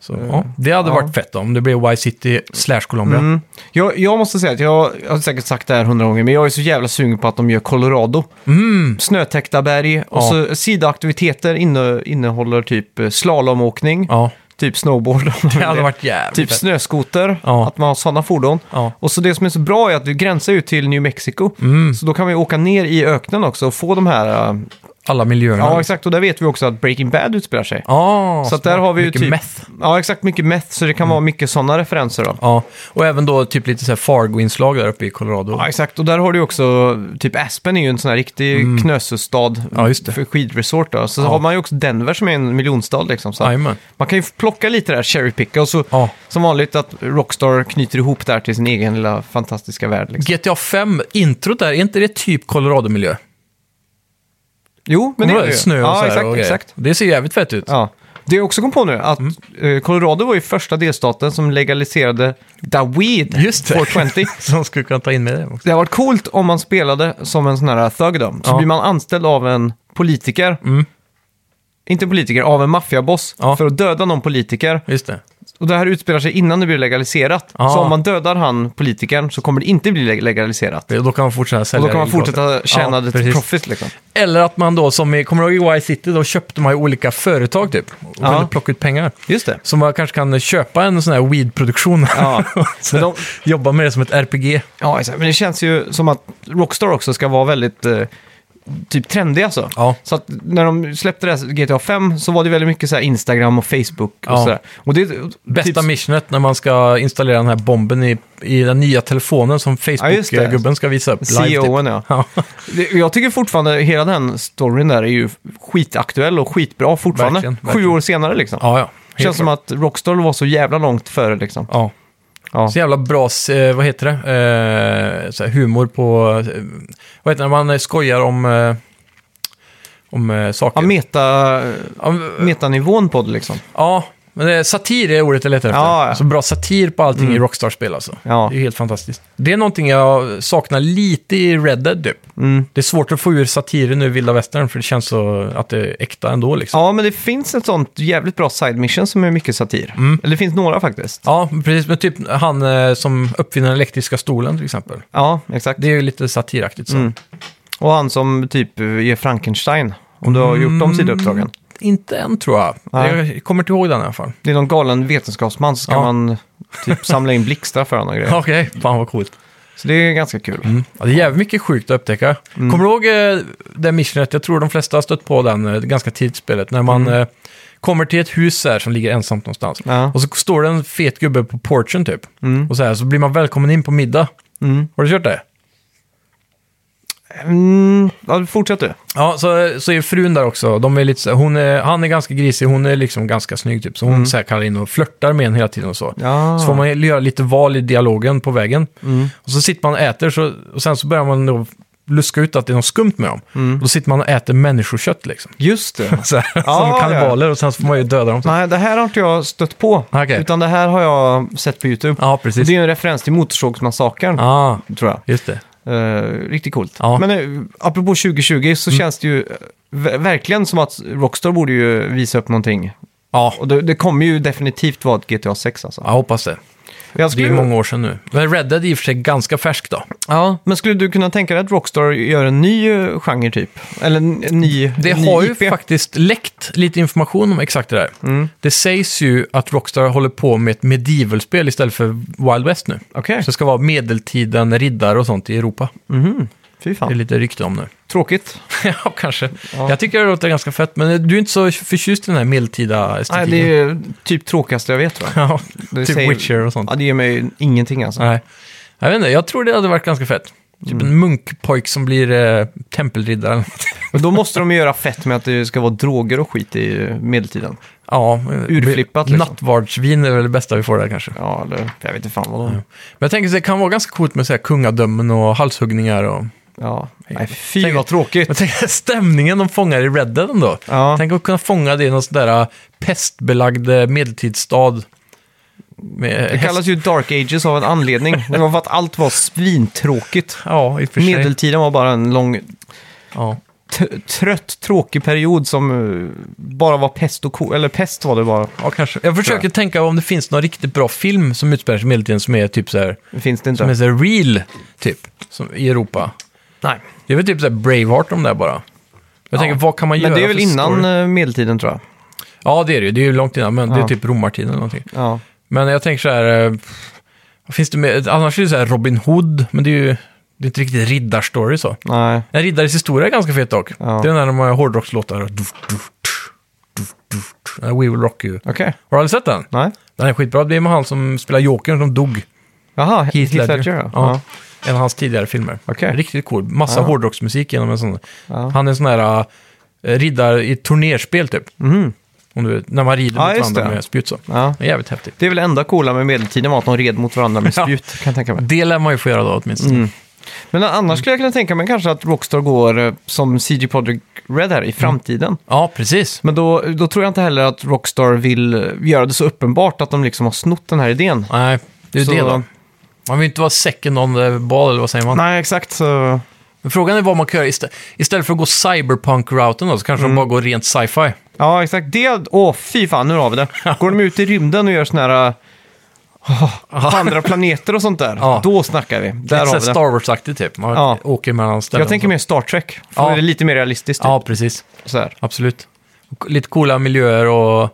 Så, ja, det hade Eh, ja. varit fett då, om det blev Y City slash Colombia. Mm. Jag, jag måste säga att jag, jag har säkert sagt det här hundra gånger, men jag är så jävla sugen på att de gör Colorado. Mm. Snötäckta berg och Ja. så sidoaktiviteter inne, innehåller typ eh, slalomåkning, Ja, Typ snowboard. om <laughs> man Det vill <laughs> hade varit jävligt Typ fett. snöskoter, Ja. att man har sådana fordon. Ja. Och så det som är så bra är att du gränsar ju till New Mexico. Mm. Så då kan vi åka ner i öknen också och få de här... äh, Alla miljöerna. Ja, exakt. Och där vet vi också att Breaking Bad utspelar sig. Ja, Så att där har vi ju mycket typ- meth. Mm. Ja, exakt. Mycket meth, så det kan vara mycket sådana referenser då. Ja, och även då typ lite så här Fargo-inslag där uppe i Colorado. Ja, exakt. Och där har du ju också, typ Aspen är ju en sån här riktig knösestad Mm. Ja, just det. för skidresort. Då. Så har man ju också Denver som är en miljonstad liksom. Så att Jajamän. man kan ju plocka lite där, cherrypicka och så Ja. som vanligt att Rockstar knyter ihop där till sin egen lilla fantastiska värld. Liksom. GTA 5, introt där, är inte det typ Colorado-miljö? Jo, men det är det ju. Snö och så ja, här exakt, och grejer. Mm. exakt. Det ser jävligt fett ut. Ja. <laughs> Det jag också kom på nu, att eh, Colorado var ju första delstaten som legaliserade da weed Just det. <laughs> 420. Som skulle kunna ta in med det också. Det har varit coolt om man spelade som en sån här thug då. Så Ja. Mm. blir man anställd av en politiker. Inte politiker, av en maffiaboss. Ja. För att döda någon politiker. Just det. Och det här utspelar sig innan det blir legaliserat. Ja. Så om man dödar han, politikern, så kommer det inte bli leg- legaliserat. Det- Då kan man fortsätta Och sälja då kan man illegalt. fortsätta tjäna Ja, det till precis. profit liksom. Eller att man då, som i, kommer du ihåg i Y City, då köpte man ju olika företag typ. Och Ja. kunde plocka ut pengar. Just det. Så man kanske kan köpa en sån här weed-produktion. Ja. <laughs> Så Men de, Jobba med det som ett RPG. ja, exakt. men det känns ju som att Rockstar också ska vara väldigt eh, typ trendig alltså. Ja. Så att när de släppte det här GTA 5 så var det väldigt mycket så här Instagram och Facebook och Ja. sådär. Och det, Bästa typ- missionet när man ska installera den här bomben i, i den nya telefonen som just det. E Facebook-gubben ska visa upp live. typ. CEOen, ja. E Ja, typ. Det- Jag tycker fortfarande hela den storyn där är ju skitaktuell och skitbra fortfarande. Verkligen, verkligen. Sju år senare liksom. ja. ja. Helt Känns som klart. att Rockstar var så jävla långt före liksom. Ja. Ja. Så jävla bra, eh, vad heter det, eh, så här humor på, eh, vad heter det, när man skojar om, eh, om eh, Ja, saker. meta, Om- metanivån på det liksom. Ja, men det är satir är ordet jag letar efter. Ja, ja. Så bra satir på allting i Rockstar-spel alltså. Ja. Det är helt fantastiskt. Det är någonting jag saknar lite i Red Dead typ. Mm. Det är svårt att få ur satiren ur vilda västern för det känns så att det är äkta ändå liksom. Ja, men det finns ett sånt jävligt bra side mission som är mycket satir. Eller det finns några faktiskt. Mm. Ja, precis. Men typ han eh, som uppfinner den elektriska stolen till exempel. Ja, exakt. Det är ju lite satiraktigt Mm. så. Och han som typ eh, ger Frankenstein. Om du har gjort Mm. de sidouppdragen. Inte än tror jag. Nej. Jag kommer inte ihåg den i alla fall. Det är någon galen vetenskapsman så ska Ja. man typ samla in blixtar för honom och grejer. <laughs> Okej, fan vad coolt. Så det är ganska kul. Ja, det är jävligt mycket sjukt att upptäcka. Kommer du ihåg eh, det missionet? Jag tror de flesta har stött på den eh, ganska tidigt i spelet. När man eh, kommer till ett hus här som ligger ensamt någonstans. Ja. Och så står det en fet gubbe på porchen typ. Och så, här, så blir man välkommen in på middag. Mm. Har du kört det? Mm, ja, fortsätt du. Ja, så, så är frun där också. De är lite, så här- hon är, han är ganska grisig, hon är liksom ganska snygg typ. Så hon så här kallar in och flörtar med en hela tiden och så. Ja. Så får man göra lite val i dialogen på vägen. Mm. Och så sitter man och äter så, och sen så börjar man då luska ut att det är något skumt med dem. Och då sitter man och äter människokött liksom. <laughs> Just det. Så här, Mm. ja. som kannibaler och sen så får man ju döda dem. Nej, det här har inte jag stött på. Okej. Utan det här har jag sett på YouTube. Ja, precis. Det är ju en referens till Motorsågsmassakern, Ah, tror jag. just det. Eh, riktigt coolt. Ja. Mm. Men uh, apropå 2020 så känns det ju eh, ver- verkligen som att Rockstar borde ju visa upp någonting. Ja, Och det, det kommer ju definitivt vara ett GTA 6 alltså. jag hoppas det. Jag Det är skulle, ju många år sedan nu. Men Red Dead är i och för sig ganska färsk då. ja, men skulle du kunna tänka dig att Rockstar gör en ny eh, genre typ? Eller en en ny Det en ny har ju IP? faktiskt läckt lite information om exakt det där. Mm. Det sägs ju att Rockstar håller på med ett medievalspel istället för Wild West nu. Okej, Så det ska vara medeltiden, riddare och sånt i Europa. Mhm. fy Det är fan. lite rykte om nu. <laughs> Tråkigt. ja, kanske. Jag tycker det låter ganska fett, men du är inte så förtjust i den här medeltida Nej, estetiken. det är ju typ tråkigaste jag vet tror jag. <laughs> ja, Det typ säger- Witcher och sånt. Ja, det ger mig ingenting alltså. Nej. Jag vet inte, jag tror det hade varit ganska fett. Typ Mm. en munkpojk som blir eh, tempelriddare. Men då måste de ju göra fett med att det ska vara droger och skit i medeltiden. ja, Urflippat, liksom. Nattvardsvin är väl det bästa vi får där kanske. Ja, eller jag vet inte fan vad de... Ja, Men jag tänker att det kan vara ganska coolt med så här kungadömen och halshuggningar. Och... nej fy Tänk- vad tråkigt. Jag tänker <laughs> stämningen de fångar i Red Dead ändå. Ja. Tänk att kunna fånga det i någon sån där äh, pestbelagd eh, medeltidsstad. Med Det kallas ju Dark Ages av en anledning. Det var för att allt var svintråkigt. Ja, i och för sig. Medeltiden var bara en lång, Ja. t- trött, tråkig period som eh, bara var pest och ko... Eller pest var det bara. ja, kanske. Jag försöker tänka om det finns någon riktigt bra film som utspelar sig i medeltiden som är typ så här, Det finns det som är inte. så här real, typ, som i Europa. Nej. Det är väl typ så här Braveheart om det där bara. Jag tänker, vad kan man Men göra det är väl för story? innan eh, medeltiden tror jag. Ja, det är det ju. Det är ju långt innan, men det är Ja. typ romartiden eller någonting. Ja. Men jag tänker så här, eh, vad finns det med? Annars är det så här Robin Hood, men det är ju det är inte riktigt riddarstory så. Nej. En riddares historia är ganska fet dock. Ja. Det är när de har hårdrockslåtar. Du, du, du, du, du, du. We will rock you. Okej. Har du aldrig sett den? Nej. Den är skitbra. Det är med han som spelar Jokern som dog. Jaha, Heath, Heath Ledger. Ledger. ja. Ja. Ja. En av hans tidigare filmer. Okej. Riktigt cool. Massa Ja. hårdrocksmusik genom en sån. Ja. Han är en sån här eh, riddare i turnerspel typ. Mhm. Om du vet, när man rider Ja, mot just varandra det. med spjut så. ja. Det är jävligt häftigt. Det är väl det enda coola med medeltiden var att de red mot varandra med <laughs> Ja. spjut, kan jag tänka mig. Det lär man ju få göra då åtminstone. Mm. Men annars skulle jag kunna tänka mig kanske att Rockstar går eh, som CG Projekt Red här Mm. i framtiden. Ja, precis. Men då, då tror jag inte heller att Rockstar vill eh, göra det så uppenbart att de liksom har snott den här idén. Nej, det är ju Så- det då. Man vill ju inte vara second on the ball, eller vad säger man? Nej, exakt. Så... Men frågan är vad man kan göra istä- istället för att gå cyberpunk-routen då, så kanske Mm. de bara går rent sci-fi. Ja, exakt. Det... Åh, fy fan, nu <laughs> har vi det. Går de ut i rymden och gör såna här... Oh, på andra planeter och sånt där. Ah. <laughs> Ja. Då snackar vi. Där Lite har så vi det. Star Wars-aktigt typ. Man Ja. åker mellan ställen. Jag tänker och mer Star Trek. För Ja. det är lite mer realistiskt. så. Ja, precis. Typ. Så här. Absolut. Och Lite coola miljöer och,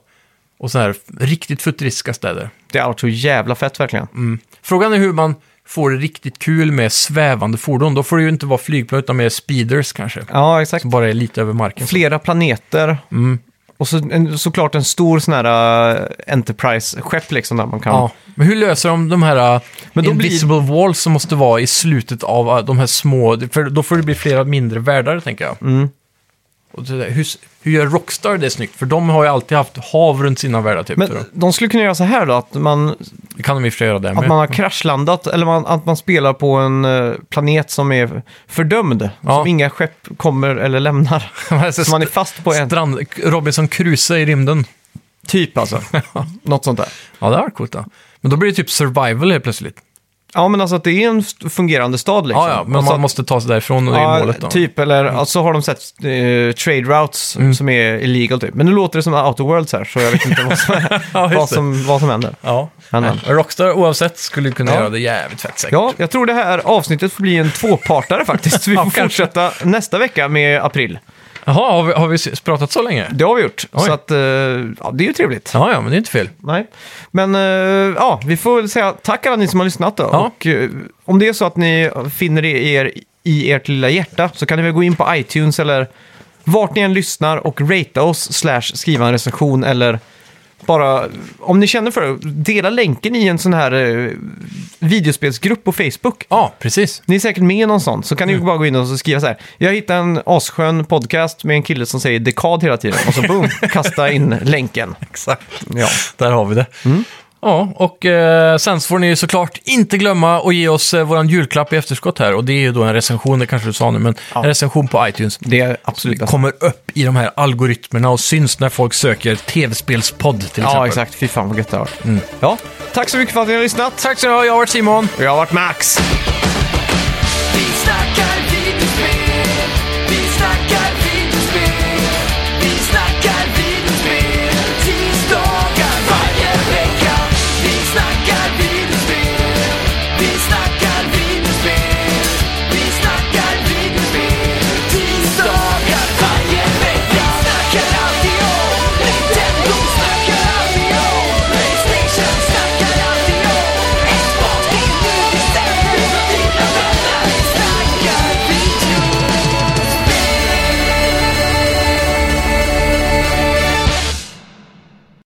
och sådana här riktigt futuristiska städer. Det är så jävla fett verkligen. Frågan är hur man får det riktigt kul med svävande fordon. Då får det ju inte vara flygplan utan mer speeders kanske. Ja, exakt. Som bara är lite över marken. Flera planeter. Mm. Och så en, såklart en stor sån här eh, Enterprise-skepp liksom där man kan... Ja. Men hur löser de de här äh, Men då blir- invisible walls som måste vara i slutet av äh, de här små... För då får det bli flera mindre världar, tänker jag. Mm. Och det där, hur, s- hur gör Rockstar det snyggt? För de har ju alltid haft hav runt sina världar, typ. Men tror de skulle kunna göra så här då, att man, jag. Det kan de i och för sig göra det att med. man har kraschlandat eller man, att man spelar på en eh, planet som är fördömd. Ja. alltså Som inga skepp kommer <laughs> eller lämnar. Så man är fast på en Strand, Robinson Crusoe i rymden. typ alltså. <laughs> Något sånt där. Ja, det har varit coolt. Då. Men då blir det typ survival helt plötsligt. liksom. Ja men alltså att det är en st- fungerande stad liksom. Ja, ja, men Och så man att- måste ta sig därifrån och det är Ja, målet då. Mm. typ. Eller så alltså, har de sett eh, trade routes som är illegal typ. Men nu låter det som Outer Worlds här, så jag vet inte <laughs> vad som, Ja, vad just det. som, vad som händer. Ja. Men, men. Rockstar oavsett skulle kunna Ja. göra det jävligt fett säkert. Ja, jag tror det här avsnittet får bli en tvåpartare <laughs> faktiskt. Vi Ja, får kanske. fortsätta nästa vecka med april. Jaha, har vi, har vi s- pratat så länge? Det har vi gjort. Oj. Så att, eh, ja, det är ju trevligt. Ja, ja, men det är inte fel. Nej. Men eh, ja, vi får väl säga tack alla ni som har lyssnat då. Ja. Och, eh, om det är så att ni finner det i, er, i ert lilla hjärta så kan ni väl gå in på iTunes eller vart ni än lyssnar och ratea oss slash skriva en recension eller bara, om ni känner för det, dela länken i en sån här eh, videospelsgrupp på Facebook. Ja, precis. Ni är säkert med i någon sån, så kan ni ju bara gå in och så skriva så här. Jag hittade en asskön podcast med en kille som säger dekad hela tiden. Och så boom, kasta in länken. Exakt. Ja. Där har vi det. Mm. Ja, och eh, sen så får ni ju såklart inte glömma att ge oss eh, vår julklapp i efterskott här. Och det är ju då en recension, det kanske du sa nu, men Ja. en recension på iTunes. Det är absolut bäst. Kommer upp i de här algoritmerna och syns när folk söker tv-spelspodd till exempel. Ja, exakt. Fy fan vad gött det har varit. Mm. Ja, tack så mycket för att ni har lyssnat. Tack så mycket, jag har varit Simon. Och jag har varit Max. Vi snackar